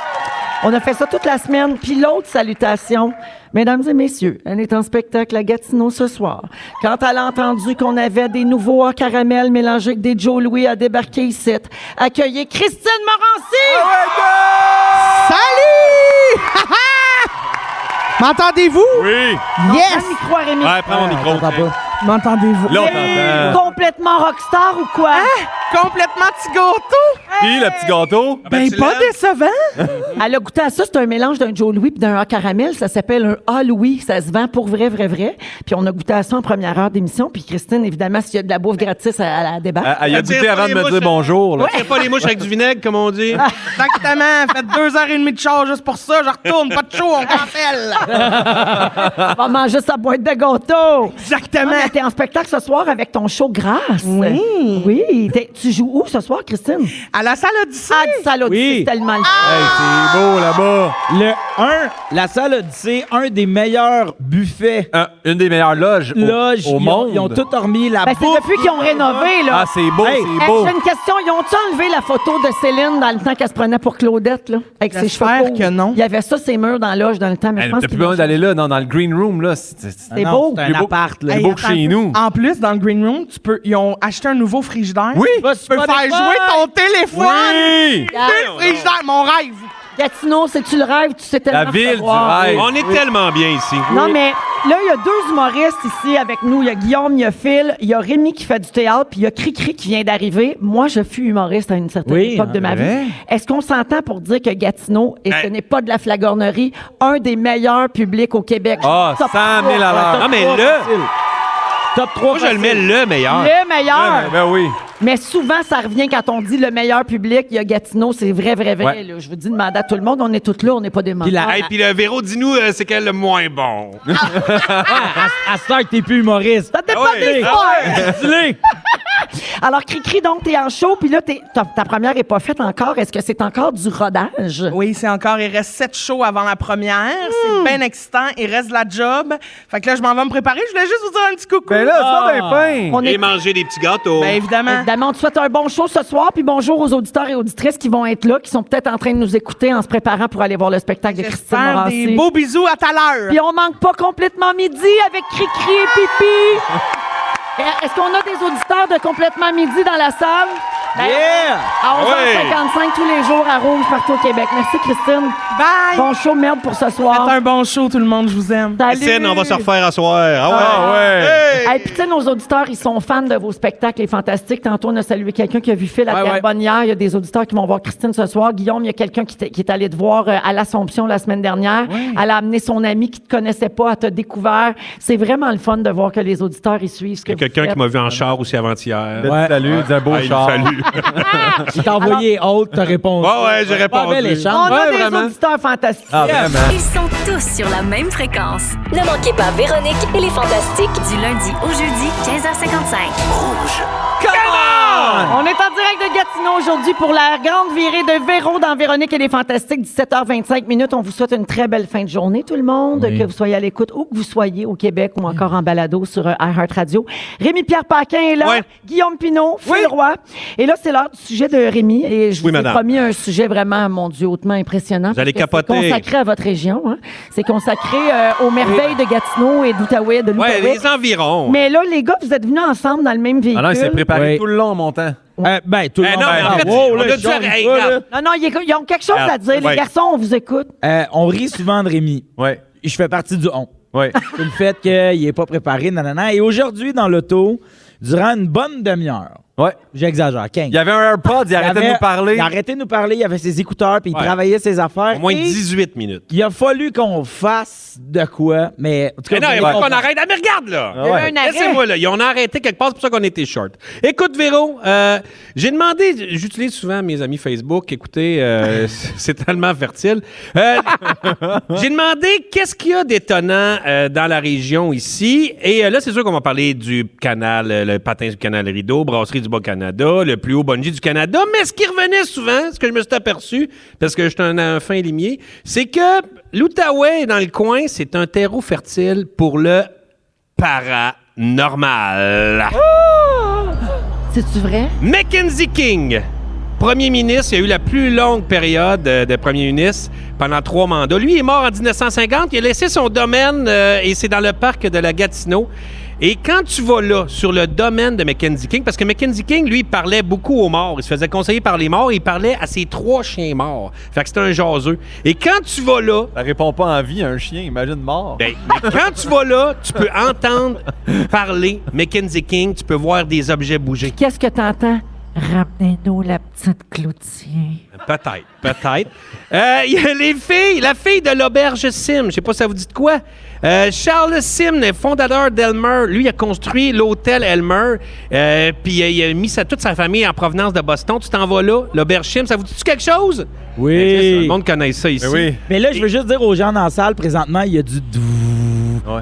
A: On a fait ça toute la semaine. Puis l'autre salutation, mesdames et messieurs, elle est en spectacle à Gatineau ce soir. Quand elle a entendu qu'on avait des nouveaux hauts caramel mélangés avec des Joe Louis à débarquer ici, accueillez Christine Morancy! Salut!
D: M'entendez-vous?
C: Oui.
D: Yes!
A: Prends le micro à Rémi.
D: Ouais,
M: Ah,
D: prends mon micro. M'entendez-vous?
O: Là, on
A: Hey,
O: t'entend.
A: Complètement rockstar ou quoi?
D: Complètement petit gâteau?
O: Puis le petit gâteau.
D: Ben, pas
A: décevant! Elle a goûté à ça, c'est un mélange d'un Joe Louis et d'un A caramel. Ça s'appelle un A Louis. Ça se vend pour vrai, vrai, vrai. Puis on a goûté à ça en première heure d'émission. Puis Christine, évidemment, s'il y a de la bouffe gratis, à la débarque.
B: Elle- Elle y euh, a
C: Attire
B: goûté
C: pas
B: avant de
C: les
B: me
C: mouches,
B: dire
C: hein.
B: bonjour. là.
C: On tire pas les mouches avec du vinaigre, comme on dit.
D: Exactement. Faites deux heures et demie de char juste pour ça. Je retourne. Pas de show, on cancelle.
A: On va manger sa boîte de gâteau. Exactement.
D: Ah,
A: Tu T'es en spectacle ce soir avec ton show Grâce. Oui. Oui. T'es- Tu joues où ce soir, Christine?
D: À la salle Odyssée.
A: Ah, du salle Odyssée, c'est tellement le fun.
M: c'est beau là-bas. Le 1, la salle Odyssée, un des meilleurs buffets.
B: une des meilleures loges, au-
M: loges
B: au,
M: ils ont-
B: monde.
M: Ils ont tout remis la
A: Ben, c'est
M: bouffe.
A: depuis qu'ils ont rénové, là.
B: Ah, c'est beau,
A: Hey,
B: c'est beau.
A: J'ai une question. Ils ont-tu enlevé la photo de Céline dans le temps qu'elle se prenait pour Claudette, là? Avec ses cheveux
B: J'espère
A: que non. Il y avait ça, ses murs dans l'âge dans le temps, mais
B: Elle
A: je pense
B: n'a
A: que
B: plus besoin d'aller là, non, dans le green room. là. C'est
A: C'est Ah non, beau. c'est un
B: Plus beau-
A: appart,
B: plus beau que
D: attends un
B: chez
D: peu.
B: nous.
D: En plus, dans le green room, tu peux, ils ont acheté un nouveau frigidaire.
B: Oui.
D: Tu peux faire
B: Spotify.
D: jouer ton téléphone.
B: Oui.
D: Deux frigidaires, mon rêve.
A: Gatineau, c'est-tu le rêve? Tu sais tellement
C: La ville du
A: savoir.
C: rêve. On
A: Oui.
C: est tellement bien ici.
A: Non, mais là, il y a deux humoristes ici avec nous. Il y a Guillaume, il y a Phil, il y a Rémi qui fait du théâtre, puis il y a Cricri qui vient d'arriver. Moi, je fus humoriste à une certaine
D: Oui,
A: époque
C: ah,
A: de ma
C: ben
D: vrai.
A: vie. Est-ce qu'on s'entend pour dire que Gatineau, et ce
C: Hey.
A: n'est pas de la flagornerie, un des meilleurs publics au Québec?
C: Ah,
A: Top
C: 100 000
A: trois.
C: à l'heure.
A: Top
C: Non, mais
A: trois
C: le-
A: facile.
D: Top 3
C: Moi, je le mets le meilleur.
A: Le meilleur.
C: Le- Ben oui.
A: Mais souvent, ça revient quand on dit le meilleur public, il y a Gatineau, c'est vrai, vrai, vrai.
C: Ouais.
A: là. Je vous dis, demandez à tout le monde, on est tous là, on n'est pas des menteurs.
C: Hey, puis le Véro, dis-nous, euh, c'est quel le moins bon?
D: À ce que t'es plus humoriste. Ça
C: Ah
A: dépend des soirs.
D: Dis-le.
A: Alors, Cricri, donc, t'es en show, puis là, t'es- ta, ta première est pas faite encore. Est-ce que c'est encore du rodage?
P: Oui, c'est encore. Il reste sept shows avant la première.
D: Mmh.
P: C'est bien excitant. Il reste la job. Fait que là, je m'en vais me préparer. Je voulais juste vous dire un petit coucou.
D: Ah.
P: Ben,
A: On
C: Et
A: est...
C: manger des petits gâteaux.
A: Évidemment, on te souhaite un bon show ce soir, puis bonjour aux auditeurs et auditrices qui vont être là, qui sont peut-être en train de nous écouter en se préparant pour aller voir le spectacle de Christine
P: Faire
A: Morancy.
P: des beaux bisous à tout à l'heure.
A: Puis on manque pas complètement midi avec Cricri et Pipi. Et Est-ce qu'on a des auditeurs de complètement midi dans la salle? Ben,
Q: Yeah!
A: À 11h55
Q: Ouais.
A: tous les jours à Rouge partout au Québec. Merci Christine.
P: Bye.
A: Bon show merde pour ce soir.
P: Faites un bon show tout le monde, je vous aime.
C: Christine, on va se refaire à soir. Ah ouais. Hey!
A: Hey, puis tu sais, nos auditeurs, ils sont fans de vos spectacles, les fantastiques. Tantôt, on a salué quelqu'un qui a vu Phil à
C: Ouais, ouais.
A: Terrebonne hier. Il y a des auditeurs qui vont voir Christine ce soir. Guillaume, il y a quelqu'un qui, t'est- qui est allé te voir euh, à l'Assomption la semaine dernière. Elle a amené son ami qui te connaissait pas, à te découvert. C'est vraiment le fun de voir que les auditeurs, ils suivent ce que
C: Il y a quelqu'un qui m'a vu en char aussi avant-hier.
B: Ouais. Salut, il dit un beau
C: Ah, il dit
B: char.
C: Salut.
D: Il t'a envoyé haute, t'as répondu.
C: Ouais, ouais, j'ai
D: Pas
C: répondu.
D: bel échange.
A: On a
D: Ouais,
A: des
D: vraiment.
A: auditeurs fantastiques.
D: Ah, vraiment.
E: Ils sont tous sur la même fréquence.
F: Ne manquez pas Véronique et les Fantastiques.
E: Du lundi au jeudi, 15h55. Rouge.
A: On est en direct de Gatineau aujourd'hui pour la grande virée de Véro dans Véronique et les Fantastiques, 17h25 minutes. On vous souhaite une très belle fin de journée, tout le monde,
R: Oui.
A: que vous soyez à l'écoute ou que vous soyez au Québec ou encore en balado sur euh, iHeartRadio. Rémi-Pierre Paquin est là, Guillaume Pinault, Phil Roy. Et là, c'est l'heure du sujet de Rémi. Et je
C: Oui,
A: vous ai
C: madame.
A: promis un sujet vraiment, mon Dieu, hautement impressionnant.
C: Vous allez
A: parce que
C: capoter.
A: C'est consacré à votre région. hein. C'est consacré euh, aux merveilles de Gatineau et d'Outaouais, de
C: Ouais,
A: l'Outaouais.
C: les environs.
A: Mais là, les gars, vous êtes venus ensemble dans le même véhicule.
B: Ah non, il s'est préparé tout le long, mon temps.
D: ben, tout
B: le
C: Eh non, mais en fait, on a dû Hey, regarde.
A: Non, non, ils ils ont quelque chose à dire.
G: Ah,
D: Ouais.
A: Les garçons, on vous écoute.
D: Euh, on rit souvent de Rémi. Ouais. Je fais partie du on. Ouais. C'est le fait qu'il n'est pas préparé, nanana. Et aujourd'hui, dans l'auto, durant une bonne demi-heure, ouais. j'exagère, 15. Il y
B: avait un AirPod, il arrêtait de
D: avait-
B: nous parler.
D: Il arrêtait de nous parler, il avait ses écouteurs, puis il
B: Ouais.
D: travaillait ses affaires.
B: Au moins
C: 18 minutes.
D: Il a fallu qu'on fasse de quoi, mais... En tout cas,
C: Mais non,
D: vous
C: il
D: allez
C: faut qu'on
D: comprendre.
C: arrête. Ah, mais regarde, là!
D: Ah ouais. Il y a eu un
C: Laissez-moi, là. Ils ont arrêté quelque part, c'est pour ça qu'on était short. Écoute, Véro, euh, j'ai demandé, j'utilise souvent mes amis Facebook, écoutez, euh, c'est tellement fertile. Euh, j'ai demandé qu'est-ce qu'il y a d'étonnant euh, dans la région ici. Et euh, là, c'est sûr qu'on va parler du canal, euh, le patin du canal Rideau, brasserie du Bas-Canada, le plus haut bungee du Canada. Mais ce qui revenait souvent, ce que je me suis aperçu, parce que je suis un, un fin limier, c'est que l'Outaouais dans le coin, c'est un terreau fertile pour le paranormal.
A: C'est-tu vrai?
C: Mackenzie King, premier ministre, il a eu la plus longue période euh, de premier ministre pendant trois mandats. Lui est mort en 1950. Il a laissé son domaine euh, et c'est dans le parc de la Gatineau. Et quand tu vas là, sur le domaine de Mackenzie King, parce que Mackenzie King, lui, il parlait beaucoup aux morts. Il se faisait conseiller par les morts. Il parlait à ses trois chiens morts. Fait que c'était un jaseux. Et quand tu vas là... Ça répond pas en vie à un chien, imagine mort. mais quand tu vas là, tu peux entendre parler Mackenzie King. Tu peux voir des objets bouger.
A: Qu'est-ce que t'entends? Ramenez-nous la petite Cloutier.
C: Peut-être, peut-être. Euh, Il y a les filles, la fille de l'auberge Sim, je sais pas si ça vous dit de quoi. Euh, Charles Sim, le fondateur d'Elmer, lui, il a construit l'hôtel Elmer, euh, puis il a- il a mis sa- toute sa famille en provenance de Boston. Tu t'en vas là, l'auberge Sim, ça vous dit-tu quelque chose? Oui. le monde connaît ça ici.
D: Mais, là, je veux juste dire aux gens dans la salle, présentement, il y a du doux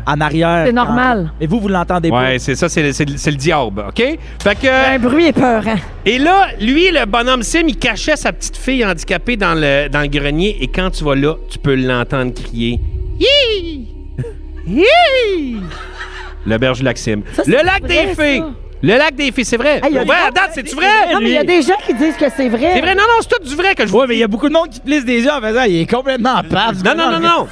D: en arrière.
A: C'est normal.
D: Mais vous, vous l'entendez pas.
C: Ouais, c'est ça, c'est le, c'est le- c'est le diable, OK? Fait que...
A: Un bruit épeurant.
C: Et là, lui, le bonhomme Sim, il cachait sa petite fille handicapée dans le, dans le grenier, et quand tu vas là, tu peux l'entendre crier. Hi! Hi! L'auberge du lac Sim.
Q: Ça, c'est
C: le lac
Q: vrai,
C: des fées.
Q: ça.
C: Le lac des filles, c'est vrai.
G: Hey, il y a des
C: Pour vrai,
G: gens-
C: à date, c'est-tu vrai?
G: Non, mais il y a des gens qui disent que c'est vrai.
C: C'est vrai, non, non, c'est tout du vrai que je vois. mais il y a beaucoup de monde qui plisse des yeux en faisant, il est complètement paf. Non, non, non, non.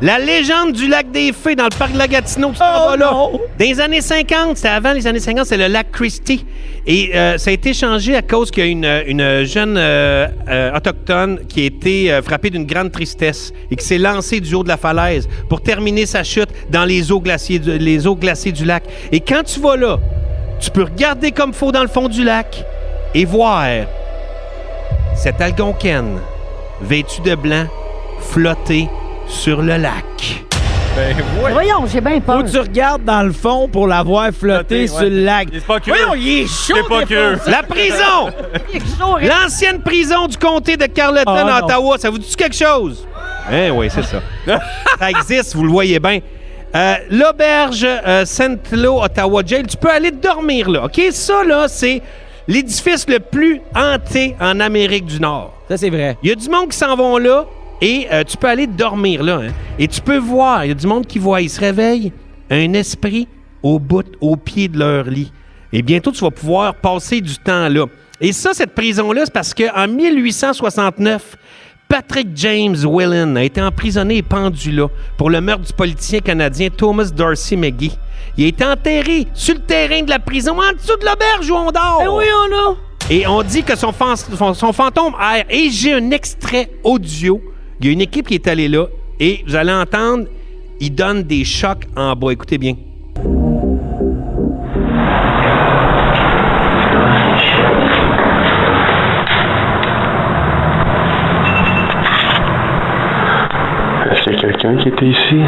C: La légende du lac des fées dans le parc de la Gatineau, tu t'en vas là. Dans les années 50, c'est avant les années 50, c'est le lac Christie. Et euh, ça a été changé à cause qu'il y a une, une jeune euh, euh, autochtone qui a été euh, frappée d'une grande tristesse et qui s'est lancée du haut de la falaise pour terminer sa chute dans les eaux glaciers du- les eaux glacées du lac. Et quand tu vas là, tu peux regarder comme faut dans le fond du lac et voir cette Algonquine, vêtue de blanc, flotter sur le lac.
G: Voyons, j'ai bien peur.
D: Faut que tu regardes dans le fond pour la voir
C: Flotter,
D: flotter sur
C: ouais.
D: le lac.
C: Il est pas curieux.
D: Voyons, il est chaud.
C: Il est pas
D: des
C: curieux.
D: fois.
C: La prison! L'ancienne prison du comté de Carleton
D: Ah,
C: à
D: non.
C: Ottawa, ça vous dit quelque chose? Eh oui, c'est ça. ça existe, vous le voyez bien. Euh, L'auberge euh, Saint-Lô, Ottawa Jail, tu peux aller dormir là, OK? Ça, là, c'est l'édifice le plus hanté en Amérique du Nord.
D: Ça, c'est vrai.
C: Il y a du monde qui s'en vont là et euh, tu peux aller dormir là. hein. Et tu peux voir, il y a du monde qui voit, il se réveille, un esprit au bout, au pied de leur lit. Et bientôt, tu vas pouvoir passer du temps là. Et ça, cette prison-là, c'est parce qu'en 1869, Patrick James Whelan a été emprisonné et pendu là pour le meurtre du politicien canadien Thomas Darcy McGee. Il a été enterré sur le terrain de la prison, en dessous de l'auberge où on dort. Eh oui, on a. Et on dit que son, fan- son- son fantôme erre. Et j'ai un extrait audio. Il y a une équipe qui est allée là et vous allez entendre, il donne des chocs en bas. Écoutez bien.
S: Est-ce qu'il y a quelqu'un qui était ici?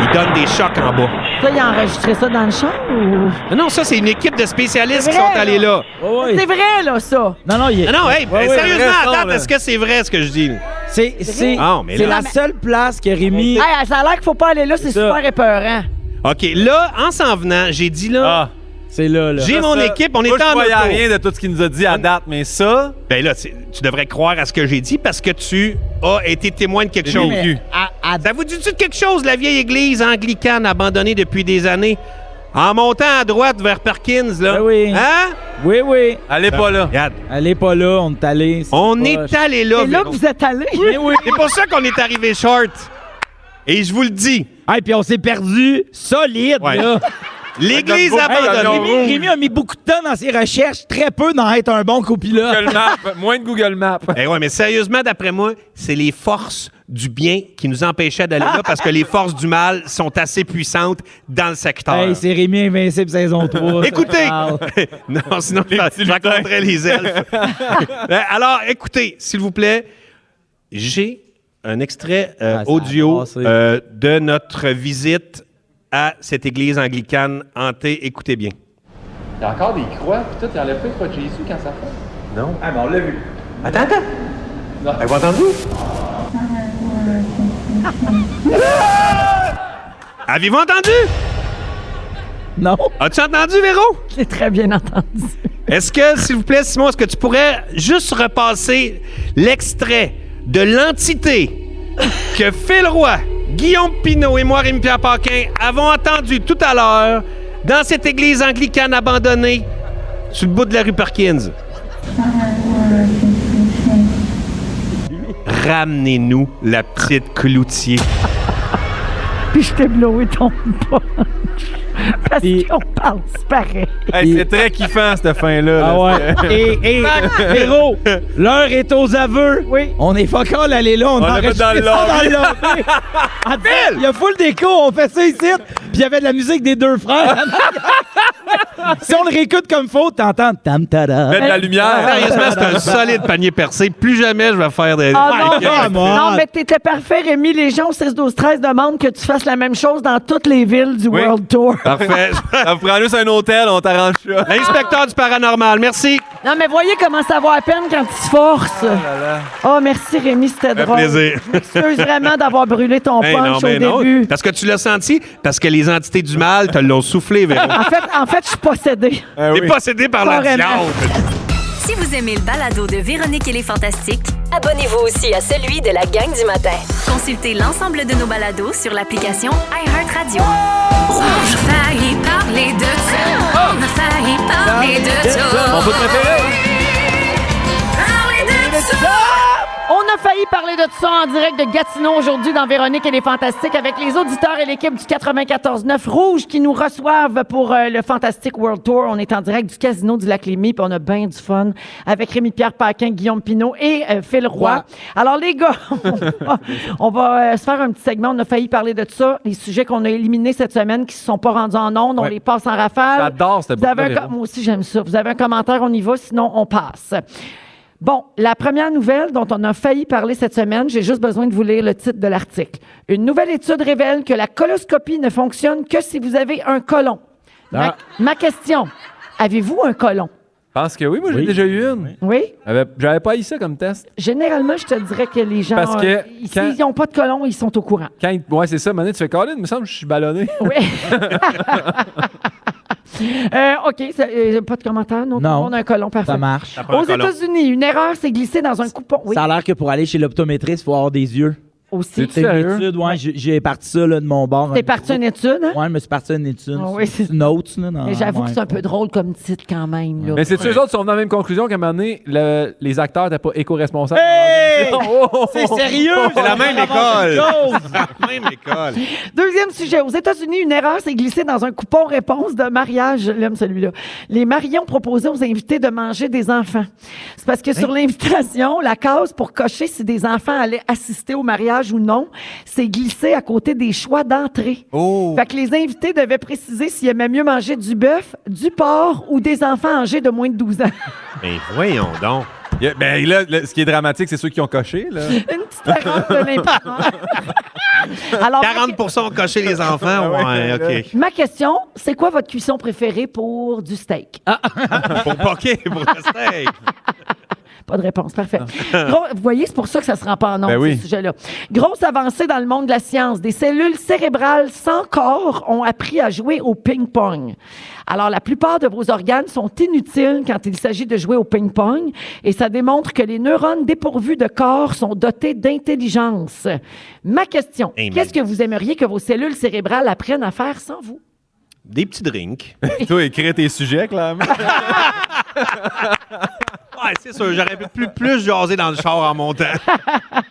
C: Il donne des chocs en bas.
G: Ça, il a enregistré ça dans le champ ou.
C: Mais Non, ça, c'est une équipe de spécialistes
G: C'est
C: qui
G: vrai,
C: sont allés là.
G: C'est vrai, là, ça.
D: Non, non, il
C: Ah non, hey,
D: Ouais,
C: ben,
D: ouais,
C: sérieusement,
D: restons,
C: attends,
D: là.
C: est-ce que c'est vrai ce que je dis?
D: C'est c'est-
C: Ah, mais
D: c'est
C: là-
D: la seule place que Rémi.
G: Hey, ça a l'air qu'il faut pas aller là, c'est
C: C'est ça.
G: super épeurant.
C: OK, là, en s'en venant, j'ai dit
D: Ah,
C: là.
D: c'est là, là.
C: J'ai
T: Ça,
C: mon
T: ça,
C: équipe, on
T: moi,
C: est
T: je
C: en
T: croyais à rien
C: de tout ce qu'il nous a dit à date, mais ça. Ben là, tu tu devrais croire à ce que j'ai dit parce que tu as été témoin de quelque
T: J'ai
C: chose.
T: vécu.
C: Ça vous dit-tu de quelque chose, la vieille église anglicane abandonnée depuis des années? En montant à droite vers Perkins, là.
D: Ben oui.
C: Hein?
D: Oui, oui.
C: Allez pas là. Regarde.
D: Allez pas là, on est allé.
C: On est allé là.
D: C'est là
C: Véro.
D: que vous
G: êtes allé.
C: C'est pour ça qu'on est arrivé short. Et je vous le dis.
D: Et puis on s'est perdu solide,
C: Ouais.
D: là.
C: L'église
D: Hey,
C: abandonnée.
D: Rémi, Rémi a mis beaucoup de temps dans ses recherches, très peu dans être un bon copilote.
C: moins de Google Maps. Eh ouais, mais sérieusement, d'après moi, c'est les forces du bien qui nous empêchaient d'aller là parce que les forces du mal sont assez puissantes dans le secteur.
D: Hey, c'est Rémi Invincible saison 3. ça
C: Écoutez!
D: parle.
C: non, sinon, je je raconterais les elfes. Euh, Alors, écoutez, s'il vous plaît, j'ai un extrait euh,
D: Ah,
C: audio euh, de notre visite à cette église anglicane hantée. Écoutez bien.
U: Il y a encore des croix, puis tout, il enlève pas les croix de Jésus quand ça fait.
C: Non?
U: Ah, mais on l'a vu. Attends, attends! Avez-vous entendu?
C: Avez-vous entendu?
D: Non.
C: As-tu entendu, Véro?
G: J'ai très bien entendu.
C: Est-ce que, s'il vous plaît, Simon, est-ce que tu pourrais juste repasser l'extrait de l'entité que Phil Roy, Guillaume Pinault et moi, Rémi-Pierre Paquin, avons entendu tout à l'heure dans cette église anglicane abandonnée sur le bout de la rue Perkins? Ramenez-nous la petite cloutier.
G: Puis je t'ai blowé ton pas. Parce qu'on parle, c'est pareil.
T: Hey, c'est très kiffant, cette fin-là. là.
D: Ah ouais. et, et, Véro, l'heure est aux aveux. Oui. On est fuck all allé là, on,
T: On l'a fait
D: enregistré
T: dans le
D: ça dans
T: lobby.
D: le lobby. En disant, Il y a full déco, on fait ça ici. Puis il y avait de la musique des deux frères. si on le réécoute comme faut, t'entends tam tada.
C: Mettre Sérieusement, c'est un solide panier percé. Plus jamais je vais faire des.
G: Ah non, mais, non, mais t'étais parfait, Rémi. Les gens au 16-12-13 demandent que tu fasses la même chose dans toutes les villes du World Tour.
T: Parfait. ça vous prend juste un hôtel, on t'arrange ça.
C: L'inspecteur du paranormal, merci.
G: Non, mais voyez comment ça vaut à peine quand tu te forces. Oh, merci, Rémi, c'était
C: Un
G: drôle.
C: plaisir.
G: Je m'excuse vraiment d'avoir brûlé ton
C: Ben
G: punch
C: ben
G: au début.
C: Parce que tu l'as senti, parce que les entités du mal te l'ont soufflé, Véro.
A: Ah,
G: En fait, en fait, je suis possédée.
C: T'es possédé par
G: Carrément.
C: la diable.
E: Si vous aimez le balado de Véronique et les Fantastiques,
F: Abonnez-vous aussi à celui de la gang du matin.
E: Consultez l'ensemble de nos balados sur l'application iHeartRadio. Rouge. On a failli parler de ça. On a failli parler de ça.
V: Mon bout préféré.
E: Parler de ça.
A: On a failli parler de tout ça en direct de Gatineau aujourd'hui dans Véronique et les Fantastiques avec les auditeurs et l'équipe du 94-9 Rouge qui nous reçoivent pour euh, le Fantastic World Tour. On est en direct du Casino du Lac Lémy puis on a bien du fun avec Rémi-Pierre Paquin, Guillaume Pinault et euh, Phil Roy.
W: Ouais.
A: Alors les gars, on va, on va, euh, se faire un petit segment. On a failli parler de tout ça. Les sujets qu'on a éliminés cette semaine qui se sont pas rendus en ondes, on
B: Ouais.
A: les passe en rafale.
B: J'adore cette
A: Vous avez
B: boucle de
A: un com-
B: Véro.
A: Moi aussi, j'aime ça. Vous avez un commentaire, on y va, sinon on passe. Bon, la première nouvelle dont on a failli parler cette semaine, j'ai juste besoin de vous lire le titre de l'article. Une nouvelle étude révèle que la coloscopie ne fonctionne que si vous avez un colon. Ma,
B: Ah.
A: ma question, avez-vous un colon?
B: Je pense que oui, moi, j'ai déjà eu une.
A: Oui?
B: J'avais- J'avais pas eu ça comme test.
A: Généralement, je te dirais que les gens,
B: Parce que
A: euh, ils-
B: quand-
A: s'ils n'ont pas de colon, ils sont au courant.
B: Quand il- Ouais, c'est ça, Mané, tu fais Colin, il me semble que je suis ballonné.
A: Oui. Euh, OK, ça- euh, pas de commentaire, non?
D: Non.
A: Tout le monde a un colon, parfait.
D: Ça marche. Ça prend
A: Aux
D: un colon.
A: États-Unis, une erreur s'est glissée dans un coupon. Oui.
D: Ça a l'air que pour aller chez l'optométriste, il faut avoir des yeux.
A: Aussi.
D: C'est une étude, ouais, j'ai- j'ai parti ça là, de mon bord.
A: T'es parti une étude, hein?
D: Ouais, je me suis parti une étude.
A: Ah oui,
D: c'est une autre, là. dans-
A: Mais j'avoue
D: Ah, ouais.
A: que c'est un peu drôle comme titre quand même. là.
B: Mais c'est-tu eux autres qui sont venus à la même conclusion qu'à un moment donné, le- les acteurs n'étaient pas éco-responsables? Oh,
A: C'est sérieux,
C: C'est la même école.
A: chose.
C: la même école.
A: Deuxième sujet. Aux États-Unis, une erreur s'est glissée dans un coupon réponse de mariage. Je l'aime, celui-là. Les mariés ont proposé aux invités de manger des enfants. C'est parce que sur l'invitation, la case pour cocher si des enfants allaient assister au mariage ou non s'est glissée à côté des choix d'entrée. Fait que les invités devaient préciser s'ils aimaient mieux manger du bœuf, du porc ou des enfants âgés de moins de 12 ans.
C: Mais voyons donc.
B: ben là, le- ce qui est dramatique, c'est ceux qui ont coché. Là.
A: Une petite erreur de l'imprimeur. Alors,
C: 40 ont coché les enfants. Ouais, OK.
A: Ma question, c'est quoi votre cuisson préférée pour du steak? Ah,
C: Pour poquer, pour le steak.
A: Pas de réponse, parfait. Gros- vous voyez, c'est pour ça que ça se rend pas en nombre,
C: Ah. Ben oui.
A: ce sujet-là. Grosse avancée dans le monde de la science. Des cellules cérébrales sans corps ont appris à jouer au ping-pong. Alors, la plupart de vos organes sont inutiles quand il s'agit de jouer au ping-pong et ça démontre que les neurones dépourvus de corps sont dotés d'intelligence. Ma question,
C: Amen.
A: qu'est-ce que vous aimeriez que vos cellules cérébrales apprennent à faire sans vous?
C: Des petits drinks.
B: Toi, écris tes sujets, clairement.
C: ouais, c'est sûr. J'aurais pu plus, plus jaser dans le char en montant.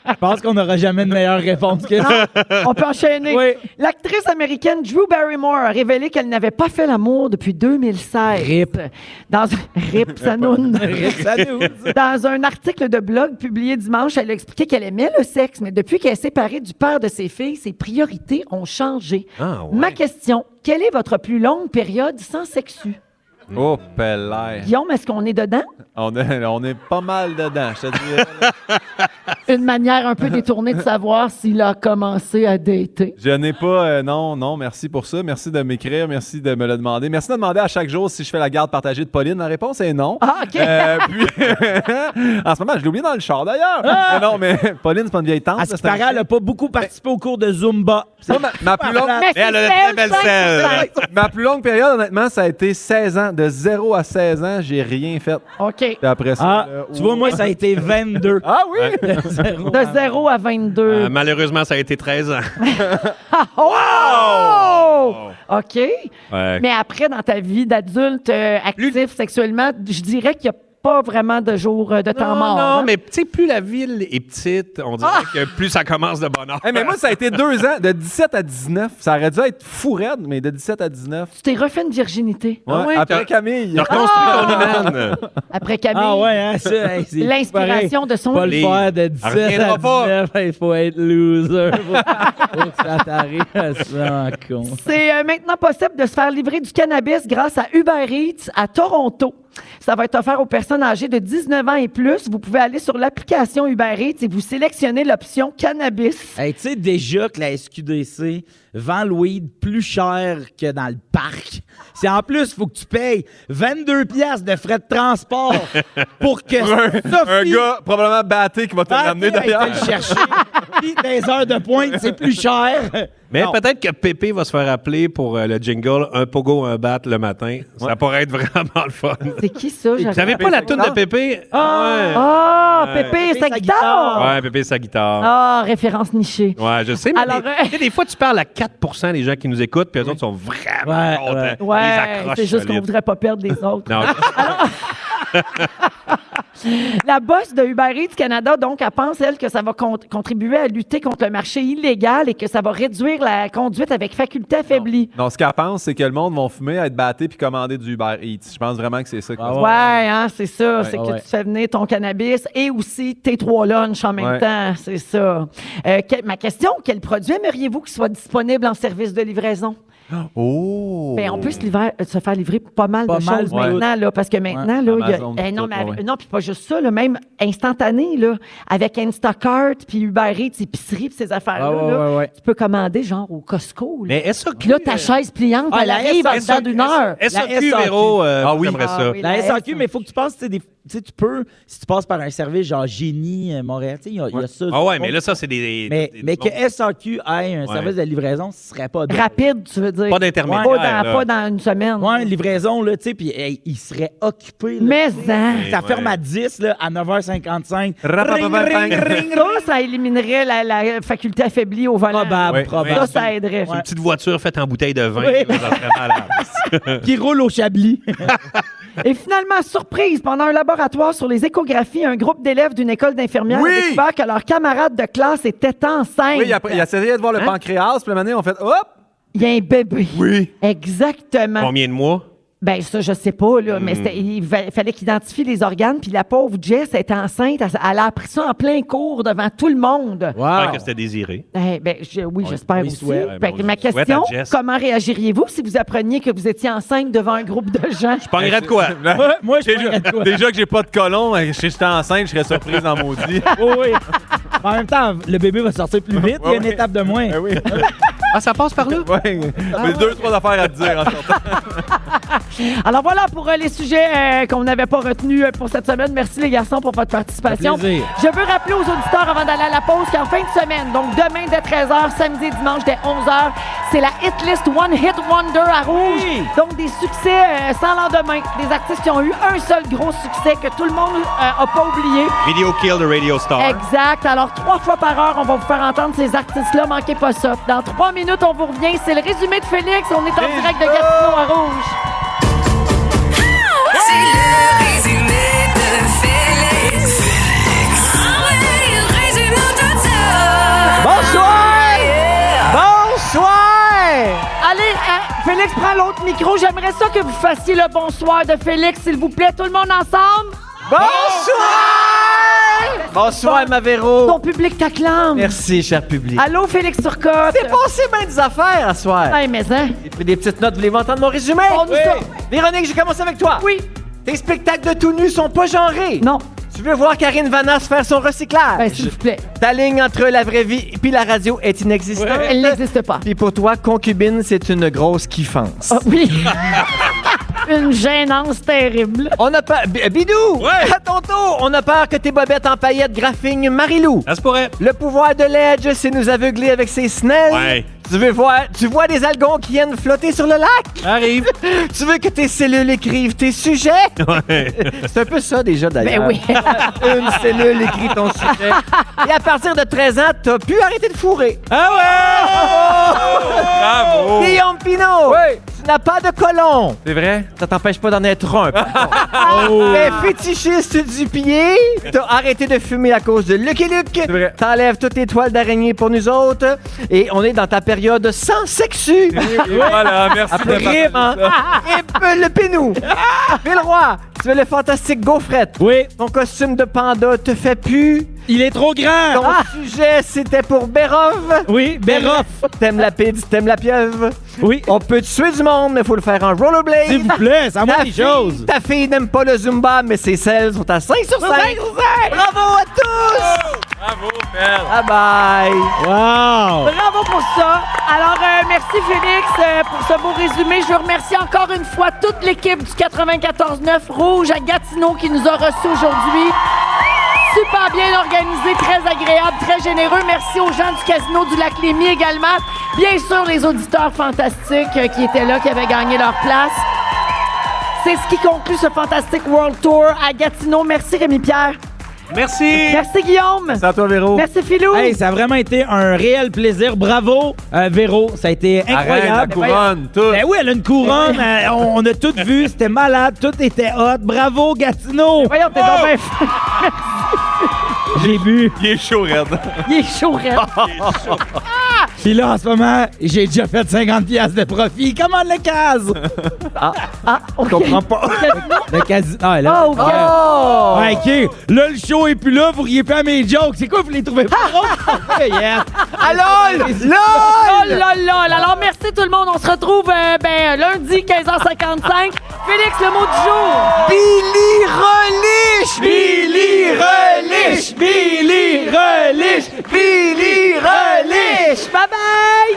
D: Je pense qu'on n'aura jamais de meilleure réponse que ça.
A: On peut enchaîner. L'actrice américaine Drew Barrymore a révélé qu'elle n'avait pas fait l'amour depuis 2016. Rip. Dans un... Rip, Sanoun.
W: Rip Sanoun.
A: Dans un article de blog publié dimanche, elle a expliqué qu'elle aimait le sexe, mais depuis qu'elle est séparée du père de ses filles, ses priorités ont changé.
B: Ah, ouais.
A: Ma question, quelle est votre plus longue période sans sexu?
B: Oh, pelle.
A: Guillaume, est-ce qu'on est dedans?
B: On est, on est pas mal dedans, je te dis.
A: Une manière un peu détournée de savoir s'il a commencé à dater.
B: Je n'ai pas. euh, non, non, merci pour ça. Merci de m'écrire. Merci de me le demander. Merci de demander à chaque jour si je fais la garde partagée de Pauline. La réponse est non.
A: Ah, OK.
B: Euh, puis, en ce moment, je l'ai oublié dans le char d'ailleurs.
D: Ah!
B: Mais non, mais Pauline, c'est pas une vieille tante.
D: À ce
B: là,
D: qui
B: c'est un
D: paraît, elle n'a pas beaucoup participé au cours de Zumba.
B: Moi, ma, ma plus longue...
D: Mais Mais c'est elle a la très celle, belle celle.
B: ma plus longue période, honnêtement, ça a été 16 ans. De 0 à 16 ans, j'ai rien fait.
A: OK.
B: Puis après ça...
D: Ah,
B: là,
D: tu vois, moi, ça a été 22.
B: Ah oui?
D: De zéro.
A: De 0 à 22.
C: Euh, malheureusement, ça a été 13 ans.
A: wow! OK.
C: Ouais.
A: Mais après, dans ta vie d'adulte euh, actif sexuellement, je dirais qu'il n'y a pas vraiment de jour euh, de temps
C: non,
A: mort.
C: non,
A: hein?
C: mais tu sais, plus la ville est petite, on dirait
A: Ah!
C: que plus ça commence de bonheur.
B: Eh, mais moi, ça a été deux ans, de 17 à 19. Ça aurait dû être fou raide, mais de 17 à 19.
A: Tu t'es refait une virginité.
B: Ouais, après Camille.
C: Ah T'as reconstruit
A: Ah!
C: ton iman.
A: Après Camille.
D: Ah ouais, hein, ça, hey, c'est
A: L'inspiration de
D: pareil.
A: son
D: Pas le
A: livre.
D: faire de 17 à
C: reviendra pas.
D: 19, il faut être loser. Faut, faut que ça t'arrive à ça, con.
A: C'est euh, maintenant possible de se faire livrer du cannabis grâce à Uber Eats à Toronto. Ça va être offert aux personnes âgées de 19 ans et plus. Vous pouvez aller sur l'application Uber Eats et vous sélectionnez l'option cannabis.
D: Hey, tu sais déjà que la SQDC vend le weed plus cher que dans le parc. Si en plus, il faut que tu payes 22 piastres de frais de transport pour que
B: Pour un,
D: Sophie
B: un gars probablement batté qui va te
D: Ah,
B: l'amener
D: t'es- hey,
B: d'ailleurs.
D: t'es le chercher. Puis, dans les heures de pointe, c'est plus cher.
C: Mais
D: Non.
C: peut-être que Pépé va se faire appeler pour euh, le jingle Un pogo, un bat le matin. Ça pourrait être vraiment le fun.
A: C'est qui ça?
C: Vous savez pas la toune de Pépé?
A: Ah,
C: Ouais.
A: Pépé, sa guitare!
C: Ouais, Pépé, sa guitare.
A: Ah, référence nichée.
C: Ouais, je sais, mais
A: Alors,
C: des,
A: euh,
C: tu sais, des fois, tu parles à 4 des gens qui nous écoutent, puis eux autres sont vraiment contents. Ils
A: Ouais,
C: accrochent
A: c'est juste qu'on
C: solide.
A: voudrait pas perdre des autres.
C: Non.
A: La bosse de Uber Eats Canada, donc, elle pense, elle, que ça va con- contribuer à lutter contre le marché illégal et que ça va réduire la conduite avec faculté affaiblie.
X: Non, ce qu'elle pense, c'est que le monde va fumer, être batté puis commander du Uber Eats. Je pense vraiment que c'est ça.
D: Ah
X: que-
A: Ouais, hein, c'est ça.
X: Ouais.
A: c'est
X: Ah
A: que
X: ouais.
A: tu fais venir ton cannabis et aussi tes trois lunchs en même
X: Ouais.
A: temps. C'est ça. Euh, que- ma question, quel produit aimeriez-vous qui soit disponible en service de livraison?
X: Oh!
A: Ben, on peut se, livrer- euh, se faire livrer pas mal
X: Pas
A: de
X: mal,
A: choses
X: ouais.
A: maintenant, là, parce que maintenant,
X: Ouais,
A: là, il y a-
X: Amazon,
A: Eh non,
X: tout,
A: mais
X: ouais, ouais.
A: non, puis pas juste ça, là, même instantané, là, avec Instacart, puis Uber Eats, épicerie, puis ces affaires-là,
C: Ah, ouais,
A: là,
C: ouais, ouais.
A: tu peux commander, genre, au Costco. Là.
C: Mais SAQ,
A: Puis là, ta chaise pliante,
D: Ah,
A: elle
D: la
A: arrive en
D: SAQ,
A: dedans d'une heure.
D: La
C: SAQ, Véro, euh,
D: Ah
C: j'aimerais
D: Ah
C: ça.
D: oui, La SAQ, mais il faut que tu passes, tu sais, des- tu sais, tu peux, si tu passes par un service genre Génie euh, Montréal, tu sais, il y, a- il y a ça.
C: Ah ouais, mais là, ça, c'est des.
D: Mais,
C: des-
D: mais que SAQ ait un
C: Ouais.
D: service de livraison, ce serait pas drôle.
A: Rapide, tu veux dire.
D: Pas d'intermédiaire,
A: Pas, dans-
D: là.
A: pas dans une semaine.
D: Ouais, livraison, là, tu sais, puis hey, il serait occupé. là,
A: Mais,
D: tu sais.
A: hein.
D: Ça
A: Ouais.
D: ferme à 10, là, à 9h55. Ring, ring, ring.
A: Ça, ça éliminerait la, la faculté affaiblie au volant.
D: Probable,
A: Ça, ça aiderait.
C: C'est une petite voiture faite en bouteille de vin.
A: Oui.
C: là, ça serait malade.
D: Qui roule au chablis.
A: Et finalement, surprise, pendant un laboratoire sur les échographies, un groupe d'élèves d'une école d'infirmières
X: Oui!
A: a découvert que leurs camarades de classe étaient enceintes.
X: Oui, il a, il a essayé de voir le
A: Hein?
X: pancréas, puis le matin, on fait hop!
A: Il y a un bébé. Oui. Exactement.
C: Combien de mois?
A: Ben ça, je sais pas, là, mais
C: Hmm.
A: c'était- il va- fallait qu'il identifie les organes, puis la pauvre Jess était enceinte, elle, elle a appris ça en plein cours devant tout le monde.
C: J'espère que c'était désiré.
A: Eh ben, je- oui, j'espère
C: lui
A: aussi.
C: souhaite.
A: Fait
C: Ben,
A: que
C: on
A: ma
C: lui souhaite à
A: question,
C: Jess.
A: comment réagiriez-vous si vous appreniez que vous étiez enceinte devant un groupe de gens?
C: Je pognerais de quoi?
D: moi, moi, je
X: déjà,
D: pognerais de quoi?
X: déjà que j'ai pas de colon, euh, si j'étais enceinte, je serais surprise en maudit.
B: Oh.
D: Oui, oui. En même temps, le bébé va sortir plus vite, il y a une étape de moins.
C: Ah, ça passe par là?
X: Oui. J'ai deux, trois affaires à te dire en sortant.
A: Alors voilà pour euh, les sujets euh, qu'on n'avait pas retenus euh, pour cette semaine. Merci les garçons pour votre participation.
D: Ça fait plaisir.
A: Je veux rappeler aux auditeurs avant d'aller à la pause qu'en fin de semaine, donc demain dès 13h, samedi et dimanche dès 11h, c'est la hit list One Hit Wonder à Rouge. Donc des succès euh, sans lendemain, des artistes qui ont eu un seul gros succès que tout le monde n'a pas oublié.
C: Video Kill the Radio Star.
A: Exact. Alors, trois fois par heure, on va vous faire entendre ces artistes-là. Manquez pas ça. Dans trois minutes, on vous revient. C'est le résumé de Félix. On est en direct de Gatineau à Rouge.
E: C'est le résumé de Félix. Ah ouais, il résume tout ça.
B: Bonsoir! Bonsoir!
A: Allez, euh, Félix, prends l'autre micro. J'aimerais ça que vous fassiez le bonsoir de Félix, s'il vous plaît. Tout le monde ensemble. Bonsoir!
B: Bonsoir, ma Véro.
A: Ton public t'acclame.
B: Merci, cher public.
A: Allô, Félix Turcotte.
B: C'est passé bien des affaires à soir.
A: Ouais, mais hein.
B: J'ai pris des petites notes, voulez-vous entendre mon résumé?
A: Oh, nous Oui. sommes-
B: Véronique, je commence avec toi.
A: Oui.
B: Tes spectacles de tout nu sont pas genrés.
A: Non.
B: Tu veux voir Karine Vanas faire son recyclage.
A: Ben, s'il vous plaît.
B: Ta ligne entre la vraie vie et puis la radio est inexistante.
A: Elle n'existe pas.
B: Puis pour toi, concubine, c'est une grosse kiffance.
A: Ah, oui. Une gênance terrible.
B: On a peur. B- Bidou! À ton tour! On a peur que tes bobettes en paillettes graphignent Marilou.
C: Ça se pourrait.
B: Le pouvoir de l'Edge, c'est nous aveugler avec ses snells.
C: Ouais.
B: Tu veux voir, tu vois des algons qui viennent flotter sur le lac.
C: Arrive.
B: tu veux que tes cellules écrivent tes sujets. C'est un peu ça déjà d'ailleurs.
A: Ben oui.
B: Une cellule écrit ton sujet. Et à partir de 13 ans, t'as pu arrêter de fourrer.
A: Oh!
B: Ah
X: Bravo!
B: Guillaume Pinot, tu n'as pas de colon.
X: C'est vrai?
B: Ça t'empêche pas d'en être un. Oh. Mais fétichiste du pied, t'as arrêté de fumer à cause de Lucky Luke. T'enlèves toutes tes toiles d'araignée pour nous autres. Et on est dans ta période sans sexu.
X: Voilà, merci de
B: Après,
X: partager
B: rime, hein?
X: ça.
B: Rip le pénou. Villeroy, tu veux le fantastique gaufrette. Oui. Ton costume de panda te fait pu.
D: Il est trop grand.
B: Ton
D: Ah!
B: sujet, c'était pour Bérov.
D: Oui, Béroff.
B: T'aimes la pide, t'aimes la pieuvre.
D: Oui.
B: On peut tuer du monde, mais faut le faire en rollerblade.
D: S'il vous plaît, ça
B: Ta
D: moi des
B: fille-
D: choses.
B: Ta fille n'aime pas le Zumba, mais ses selles sont à 5 sur 5. Bravo à tous!
Y: Bravo, Mel.
B: Bye bye!
D: Wow!
A: Bravo pour ça. Alors, euh, merci Félix euh, pour ce beau résumé. Je veux remercier encore une fois toute l'équipe du 94-9 Rouge à Gatineau qui nous a reçus aujourd'hui. super bien organisé, très agréable, très généreux. Merci aux gens du casino du Lac Lémy également. Bien sûr, les auditeurs fantastiques euh, qui étaient là, qui avaient gagné leur place. C'est ce qui conclut ce Fantastic World Tour à Gatineau. Merci Rémi-Pierre.
C: Merci.
A: Merci Guillaume.
D: C'est à toi, Véro.
A: Merci, Philou.
D: Hey, ça a vraiment été un réel plaisir. Bravo, euh, Véro. Ça a été incroyable.
B: la couronne,
D: tout. Ben oui, elle a une couronne. Euh, on, on a tout vu. C'était malade. Tout était hot. Bravo, Gatineau.
A: Voyons, t'es
D: Oh!
A: dans
D: J'ai bu.
B: Il est chaud, Red.
A: Il est chaud, Red.
D: Puis là, en ce moment, j'ai déjà fait 50 pièces de profit. Comment le case?
G: Ah, ah,
D: Je comprends pas. le casino. Ah, là.
G: Ah, ok. Oh!
D: Ouais, OK. Là, le show est plus là. Vous riez plus à mes jokes. C'est quoi? Vous les trouvez pas drôles? Ok, yes.
A: LOL! LOL! LOL, LOL! Oh Alors, merci tout le monde. On se retrouve euh, ben, lundi, 15h55. Félix, le mot du jour.
Z: Billy Relish!
A: Billy
Z: Relish! Billy Relish! Billy Relish!
A: Bye bye!